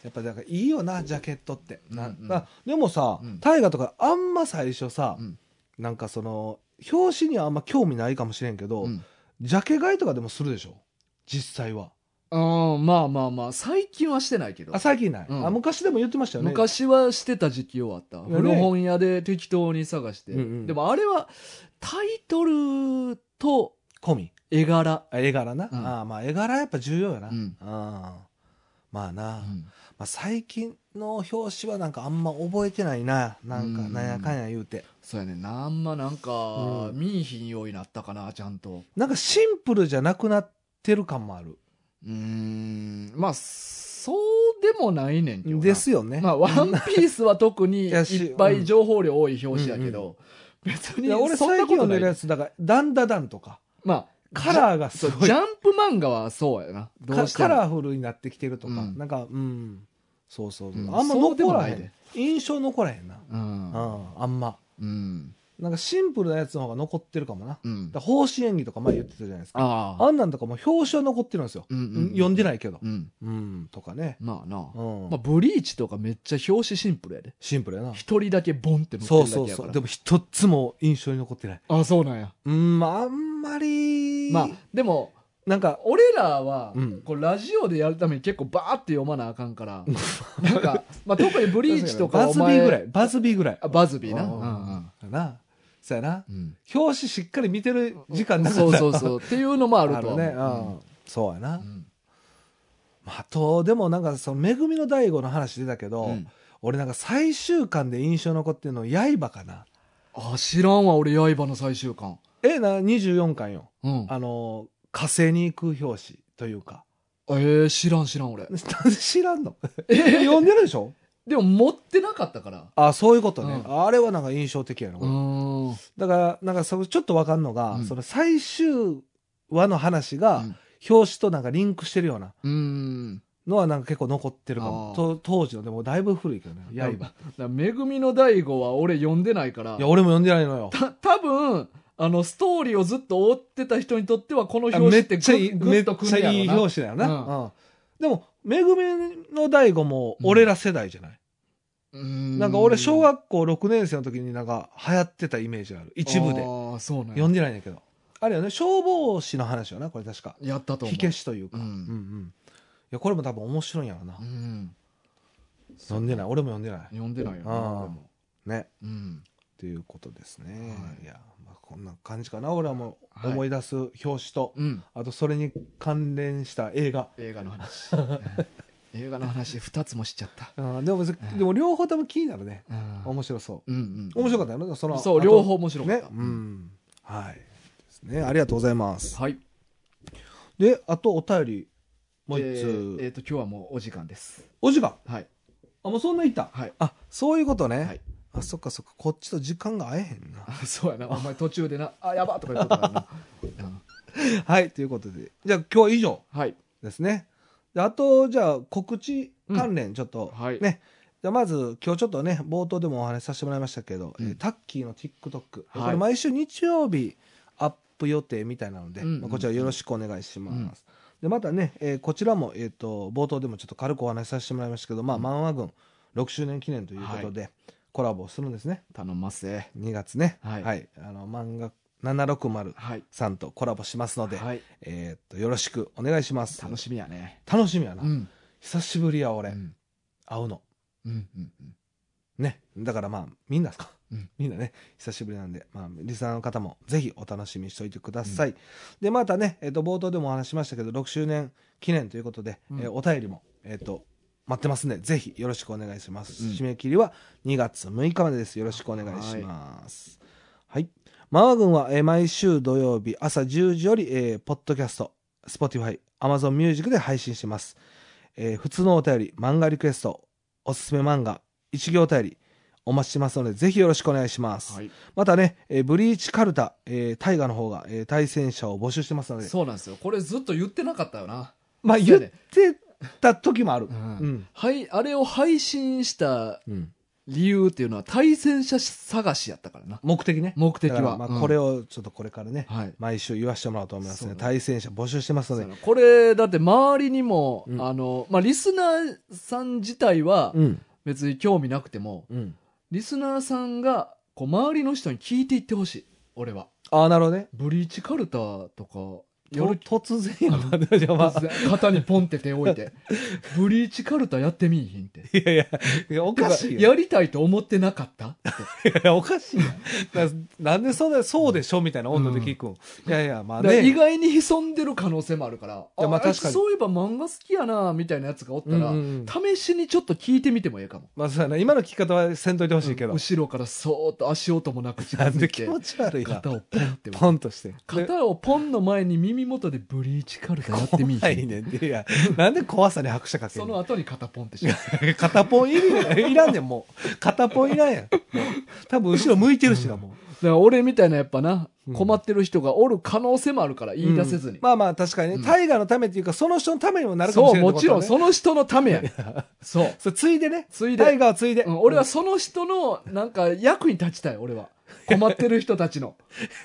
Speaker 3: やっぱだからいいよなジャケットって、な
Speaker 2: うんうん
Speaker 3: なでもさ
Speaker 2: うん
Speaker 3: 大河とかあんま最初さ、
Speaker 2: うん
Speaker 3: なんかその表紙にはあんま興味ないかもしれんけど、
Speaker 2: うん
Speaker 3: ジャケ買いとかでもするでしょ実際は
Speaker 2: うんまあまあまあ最近はしてないけど
Speaker 3: あ最近ない、
Speaker 2: うん
Speaker 3: あ昔でも言ってましたよね
Speaker 2: 昔はしてた時期終わった、
Speaker 3: ね
Speaker 2: 古本屋で適当に探して、
Speaker 3: うんうん
Speaker 2: でもあれはタイトルと
Speaker 3: 込み
Speaker 2: 絵柄、
Speaker 3: あ絵柄な、
Speaker 2: うん
Speaker 3: あまあ絵柄やっぱ重要やな、
Speaker 2: うん
Speaker 3: あまあな、まあ、最近の表紙はなんかあんま覚えてないななんか
Speaker 2: うん
Speaker 3: なんやかんや言うて
Speaker 2: そうやねんなあんまなんか、
Speaker 3: うん
Speaker 2: 見いひんようになったかなちゃんと
Speaker 3: なんかシンプルじゃなくなってる感もある
Speaker 2: うーんまあそうでもないねんけどな
Speaker 3: ですよね、
Speaker 2: まあ、ワンピースは特に
Speaker 3: いやし
Speaker 2: いっぱい情報量多い表紙やけど、別
Speaker 3: い
Speaker 2: に
Speaker 3: や俺
Speaker 2: そん
Speaker 3: 最
Speaker 2: なこ
Speaker 3: 近
Speaker 2: と
Speaker 3: 読ん
Speaker 2: ない
Speaker 3: でるやつだからダンダダンとか
Speaker 2: まあ
Speaker 3: カラーがす
Speaker 2: そう
Speaker 3: ごい
Speaker 2: ジャンプ漫画はそうやなど
Speaker 3: カ
Speaker 2: うしても
Speaker 3: カラフルになってきてるとか、
Speaker 2: うん
Speaker 3: なんかうんそうそうそう、
Speaker 2: うん
Speaker 3: あんま
Speaker 2: そうで
Speaker 3: 残
Speaker 2: も
Speaker 3: ら
Speaker 2: な
Speaker 3: へ
Speaker 2: い
Speaker 3: ん
Speaker 2: で
Speaker 3: 印象残らへんな、
Speaker 2: う
Speaker 3: うんん、あんま
Speaker 2: うん
Speaker 3: なんかシンプルなやつの方が残ってるかもな、
Speaker 2: うん
Speaker 3: だから方針演技とか前言ってたじゃないですか
Speaker 2: ああ
Speaker 3: あんなんとかも表紙は残ってるんですよ、
Speaker 2: うんうんうん
Speaker 3: 読んでないけど
Speaker 2: うん
Speaker 3: うん、とかね、
Speaker 2: まあな、
Speaker 3: うん
Speaker 2: まあ、ブリーチとかめっちゃ表紙シンプルやで
Speaker 3: シンプルやな
Speaker 2: 一人だけボンって乗って
Speaker 3: そう
Speaker 2: るだ
Speaker 3: そう
Speaker 2: けやか
Speaker 3: そ
Speaker 2: ら
Speaker 3: うでも一つも印象に残ってない
Speaker 2: ああそうなんや
Speaker 3: うんあんまり
Speaker 2: まあでも
Speaker 3: なんか
Speaker 2: 俺らは、
Speaker 3: うん
Speaker 2: こうラジオでやるために結構バーって読まなあかん からなんか、まあ、特にブリーチとか
Speaker 3: バ
Speaker 2: お
Speaker 3: ズビー
Speaker 2: 前
Speaker 3: ぐらいバズビーぐらい
Speaker 2: あバズビーな、
Speaker 3: うんだなそうやな
Speaker 2: うんうん
Speaker 3: 表紙しっかり見てる時間なか
Speaker 2: そ
Speaker 3: っ
Speaker 2: う
Speaker 3: た
Speaker 2: そうそうっていうのもある
Speaker 3: あ
Speaker 2: とは
Speaker 3: る
Speaker 2: 思う
Speaker 3: ね、うんそうやな、
Speaker 2: うん
Speaker 3: まああとでもなんかその「めぐみの大悟」の話出たけど、
Speaker 2: うん
Speaker 3: 俺なんか最終巻で印象残ってるの刃かな
Speaker 2: あ知らんわ俺刃の最終巻
Speaker 3: えな24巻よ
Speaker 2: うん
Speaker 3: あの火星に行く表紙というか
Speaker 2: えー、知らん知らん俺
Speaker 3: 知らんの
Speaker 2: えー
Speaker 3: 読んでるでしょ
Speaker 2: でも持ってなかったから
Speaker 3: あそういうことね、
Speaker 2: う
Speaker 3: あれはなんか印象的やな、こ
Speaker 2: う
Speaker 3: れ
Speaker 2: ーん
Speaker 3: だからなんかそのちょっとわかんのが、
Speaker 2: うん
Speaker 3: その最終話の話が
Speaker 2: うん
Speaker 3: 表紙となんかリンクしてるような
Speaker 2: うーん
Speaker 3: のはなんか結構残ってるかも
Speaker 2: あー
Speaker 3: と当時のでもだいぶ古いけどね刃
Speaker 2: だからめぐみの大悟は俺読んでないから
Speaker 3: いや俺も読んでないのよ
Speaker 2: た多分あの、ストーリーをずっと追ってた人にとっては、この表
Speaker 3: あ
Speaker 2: 紙
Speaker 3: め
Speaker 2: っ
Speaker 3: って
Speaker 2: グ
Speaker 3: ちゃいい、
Speaker 2: ッグ
Speaker 3: め
Speaker 2: ッ
Speaker 3: っ
Speaker 2: とくん
Speaker 3: ち
Speaker 2: ね
Speaker 3: ゃいい
Speaker 2: やろな。
Speaker 3: 表紙だよな。うんでも、めぐみの大悟も俺ら世代じゃない、
Speaker 2: な
Speaker 3: なんか俺、小学校6年生の時になんか流行ってたイメージある。一部で。
Speaker 2: ああ、そうなんや
Speaker 3: 読んでないんだけど。あれよね、消防士の話よな、これ確か。
Speaker 2: やったと思
Speaker 3: 火
Speaker 2: う。
Speaker 3: 消しというか。
Speaker 2: うん
Speaker 3: うんうんいや、これも多分面白いんやろな。
Speaker 2: うん。
Speaker 3: 読んでない。俺も読んでない。
Speaker 2: 読んでないよな、
Speaker 3: あー
Speaker 2: 俺も
Speaker 3: ね。
Speaker 2: うん。
Speaker 3: っていうことですね。
Speaker 2: はい
Speaker 3: い、や、まあ、こんな感じかな。俺はもう
Speaker 2: はい
Speaker 3: 思い出す表紙と、
Speaker 2: うん。
Speaker 3: あとそれに関連した映画。
Speaker 2: 映画の 話。映画の話、二つもしちゃった。
Speaker 3: うん、でも、
Speaker 2: ん
Speaker 3: でも両方とも気になるね。
Speaker 2: うん。
Speaker 3: 面白そ
Speaker 2: うん
Speaker 3: う。面白かったよね。そ
Speaker 2: うん。
Speaker 3: の
Speaker 2: そう、
Speaker 3: あと
Speaker 2: 両方面白かっ
Speaker 3: ね
Speaker 2: た。。
Speaker 3: うん。はい。ですね。ありがとうございます。
Speaker 2: はい。
Speaker 3: で、あとお便り、もう
Speaker 2: え
Speaker 3: 一
Speaker 2: ーえ
Speaker 3: つ。
Speaker 2: っと、今日はもうお時間です。
Speaker 3: お時間
Speaker 2: はい。
Speaker 3: あ、もうそんな言った
Speaker 2: はい。
Speaker 3: あ、そういうことね。
Speaker 2: はい
Speaker 3: あ、そっかそっか。こっちと時間が合えへんな。
Speaker 2: あそうやな。お前途中でな、あ、やばとか言うことあるな。うん
Speaker 3: はい。ということで。じゃあ今日は以上
Speaker 2: はい。
Speaker 3: ですね。であと、じゃあ告知関連、ちょっと、
Speaker 2: はい
Speaker 3: ね。じゃあまず、今日ちょっとね、冒頭でもお話しさせてもらいましたけど、
Speaker 2: うん
Speaker 3: えータッキーの TikTok。
Speaker 2: はい
Speaker 3: これ毎週日曜日アップ予定みたいなので、
Speaker 2: うんうんうん
Speaker 3: まあこちらよろしくお願いします。でまたね、えーこちらも、えー、と冒頭でもちょっと軽くお話しさせてもらいましたけど、まあ、漫画軍6周年記念ということで、コラボするんですね
Speaker 2: 頼んますね。
Speaker 3: 2月ね、
Speaker 2: はい
Speaker 3: あの漫画760
Speaker 2: はい。
Speaker 3: さんとコラボしますので、
Speaker 2: はい。
Speaker 3: えー、とよろしくお願いします
Speaker 2: 楽しみやね。
Speaker 3: 楽しみやな、
Speaker 2: うん。
Speaker 3: 久しぶりや
Speaker 2: う
Speaker 3: 俺、
Speaker 2: ん。
Speaker 3: 会うの
Speaker 2: うん。うんうん。
Speaker 3: ねだからまあみんなか、
Speaker 2: うん
Speaker 3: みんなね久しぶりなんで、まあ、リスナーの方もぜひお楽しみにしておいてください、でまたね、えっと冒頭でもお話ししましたけど6周年記念ということで、
Speaker 2: うん
Speaker 3: えーお便りも、えっと待ってますんでぜひよろしくお願いします、
Speaker 2: うん
Speaker 3: 締め切りは2月6日までですよろしくお願いしますはい、マワ軍は、えー毎週土曜日朝10時より、えーポッドキャスト Spotify、Amazon Music で配信してます。えー普通のお便り、漫画リクエスト、おすすめ漫画、一行お便り、お待ちしてますので、ぜひよろしくお願いします。
Speaker 2: はい。
Speaker 3: またね、えーブリーチカルタ、えー、大河の方が、えー対戦者を募集してますので、
Speaker 2: そうなんですよ。これずっと言ってなかったよな。
Speaker 3: まあ
Speaker 2: そう
Speaker 3: 言
Speaker 2: や
Speaker 3: っ
Speaker 2: ね
Speaker 3: てた時もある。
Speaker 2: う。
Speaker 3: うんん。
Speaker 2: はい、あれを配信した
Speaker 3: うん
Speaker 2: 理由っていうのは対戦者探しやったからな。
Speaker 3: 目的ね。
Speaker 2: 目的
Speaker 3: だから
Speaker 2: は。
Speaker 3: まあ
Speaker 2: うん
Speaker 3: これをちょっとこれからね、
Speaker 2: はい。
Speaker 3: 毎週言わせてもらおうと思います
Speaker 2: そ
Speaker 3: ね。
Speaker 2: うだね
Speaker 3: 対戦者募集してますので、
Speaker 2: これ、だって周りにも、
Speaker 3: うん
Speaker 2: あの、まあ、リスナーさん自体は
Speaker 3: うん。
Speaker 2: 別に興味なくても、
Speaker 3: うん。
Speaker 2: リスナーさんが、こう、周りの人に聞いていってほしい。俺は。
Speaker 3: ああ、なるほどね。
Speaker 2: ブリーチカルタとか、や
Speaker 3: と
Speaker 2: る気
Speaker 3: 突然やなじゃあまあ
Speaker 2: 突然 肩にポンって手置いて、ブリーチカルタやってみいひんって。
Speaker 3: いやいや、いやおかしいよ。
Speaker 2: やりたいと思ってなかったって
Speaker 3: いやいや おかしいよななんでそんな、そうでしょみたいな温度で聞くん。いやいや、まあ
Speaker 2: だから
Speaker 3: ね。
Speaker 2: 意外に潜んでる可能性もあるから、
Speaker 3: いやまあ
Speaker 2: ああいつ
Speaker 3: 確かに
Speaker 2: そういえば漫画好きやな、みたいなやつがおった
Speaker 3: うん
Speaker 2: ら、
Speaker 3: うん
Speaker 2: 試しにちょっと聞いてみてもええかも。
Speaker 3: まあそうやな、今の聞き方はせんといてほしいけど。
Speaker 2: 後ろからそーっと足音もなく近
Speaker 3: なん
Speaker 2: づ
Speaker 3: で
Speaker 2: い
Speaker 3: 気
Speaker 2: て、
Speaker 3: 持ち悪いな。
Speaker 2: 肩をポンって。
Speaker 3: ポンとして。で
Speaker 2: 肩をポンの前に耳元でブリーチカルタやってみいひん
Speaker 3: 怖いねんて。いや、なんで怖さに拍車かけ
Speaker 2: そ
Speaker 3: ん
Speaker 2: の
Speaker 3: の
Speaker 2: 後に肩ポンってしまう。
Speaker 3: 片ポンいるいらんねん、もう。片ポンいらんやん。もう多分後ろ向いてるしな、も
Speaker 2: だから俺みたいなやっぱな、
Speaker 3: うん
Speaker 2: 困ってる人がおる可能性もあるから、
Speaker 3: う。
Speaker 2: 言い出せずに。
Speaker 3: うんまあまあ、確かに
Speaker 2: うん
Speaker 3: ね。大河のためっていうか、その人のためにもなるかも
Speaker 2: そう、
Speaker 3: しれない
Speaker 2: も
Speaker 3: ってこ
Speaker 2: ち
Speaker 3: と
Speaker 2: ろ
Speaker 3: ね。
Speaker 2: んその人のためやねん。そう。
Speaker 3: そう。ついでね。
Speaker 2: ついで
Speaker 3: 大河はついで。
Speaker 2: うん俺はその人の、なんか役に立ちたい、俺は。困ってる人たちの。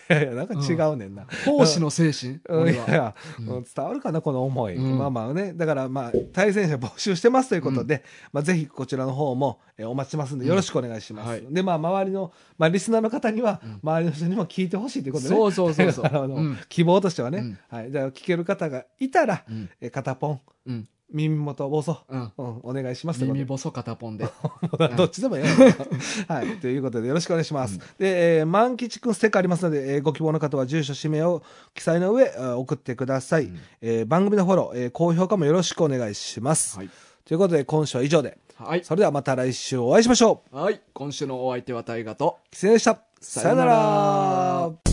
Speaker 3: いやいや、なんか違うねんな。
Speaker 2: 奉仕の精神、
Speaker 3: うん
Speaker 2: 俺
Speaker 3: いやい
Speaker 2: は。
Speaker 3: や、うん伝わるかな、この思い。
Speaker 2: うん
Speaker 3: まあまあね、だからまあ、対戦者募集してますということで、まあぜひこちらの方もえーお待ちしてますんで、よろしくお願いします。
Speaker 2: う
Speaker 3: で、まあ周りの、まあリスナーの方には
Speaker 2: うん、
Speaker 3: 周りの人にも聞いてほしいということでね。
Speaker 2: そうそうそうそう
Speaker 3: だ からあの
Speaker 2: うん
Speaker 3: 希望としてはね、
Speaker 2: うん
Speaker 3: はい。じゃあ聞ける方がいたら、
Speaker 2: うん
Speaker 3: えー片ポン、
Speaker 2: うん。
Speaker 3: 耳元ボソ、
Speaker 2: うん。
Speaker 3: うん、お願いしますということで
Speaker 2: 耳細片ポン で。
Speaker 3: どっちでもいい よ。はい。ということで、よろしくお願いします。で、えー、万吉くんステッカーありますので、えーご希望の方は住所、氏名を記載の上、えー送ってください。えー番組のフォロー、えー高評価もよろしくお願いします。
Speaker 2: はい。
Speaker 3: ということで、今週は以上で。
Speaker 2: はい。
Speaker 3: それではまた来週お会いしましょう。
Speaker 2: はい。今週のお相手は大河と。
Speaker 3: キツネでした。
Speaker 2: さ
Speaker 3: さよな
Speaker 2: よなら
Speaker 3: ら。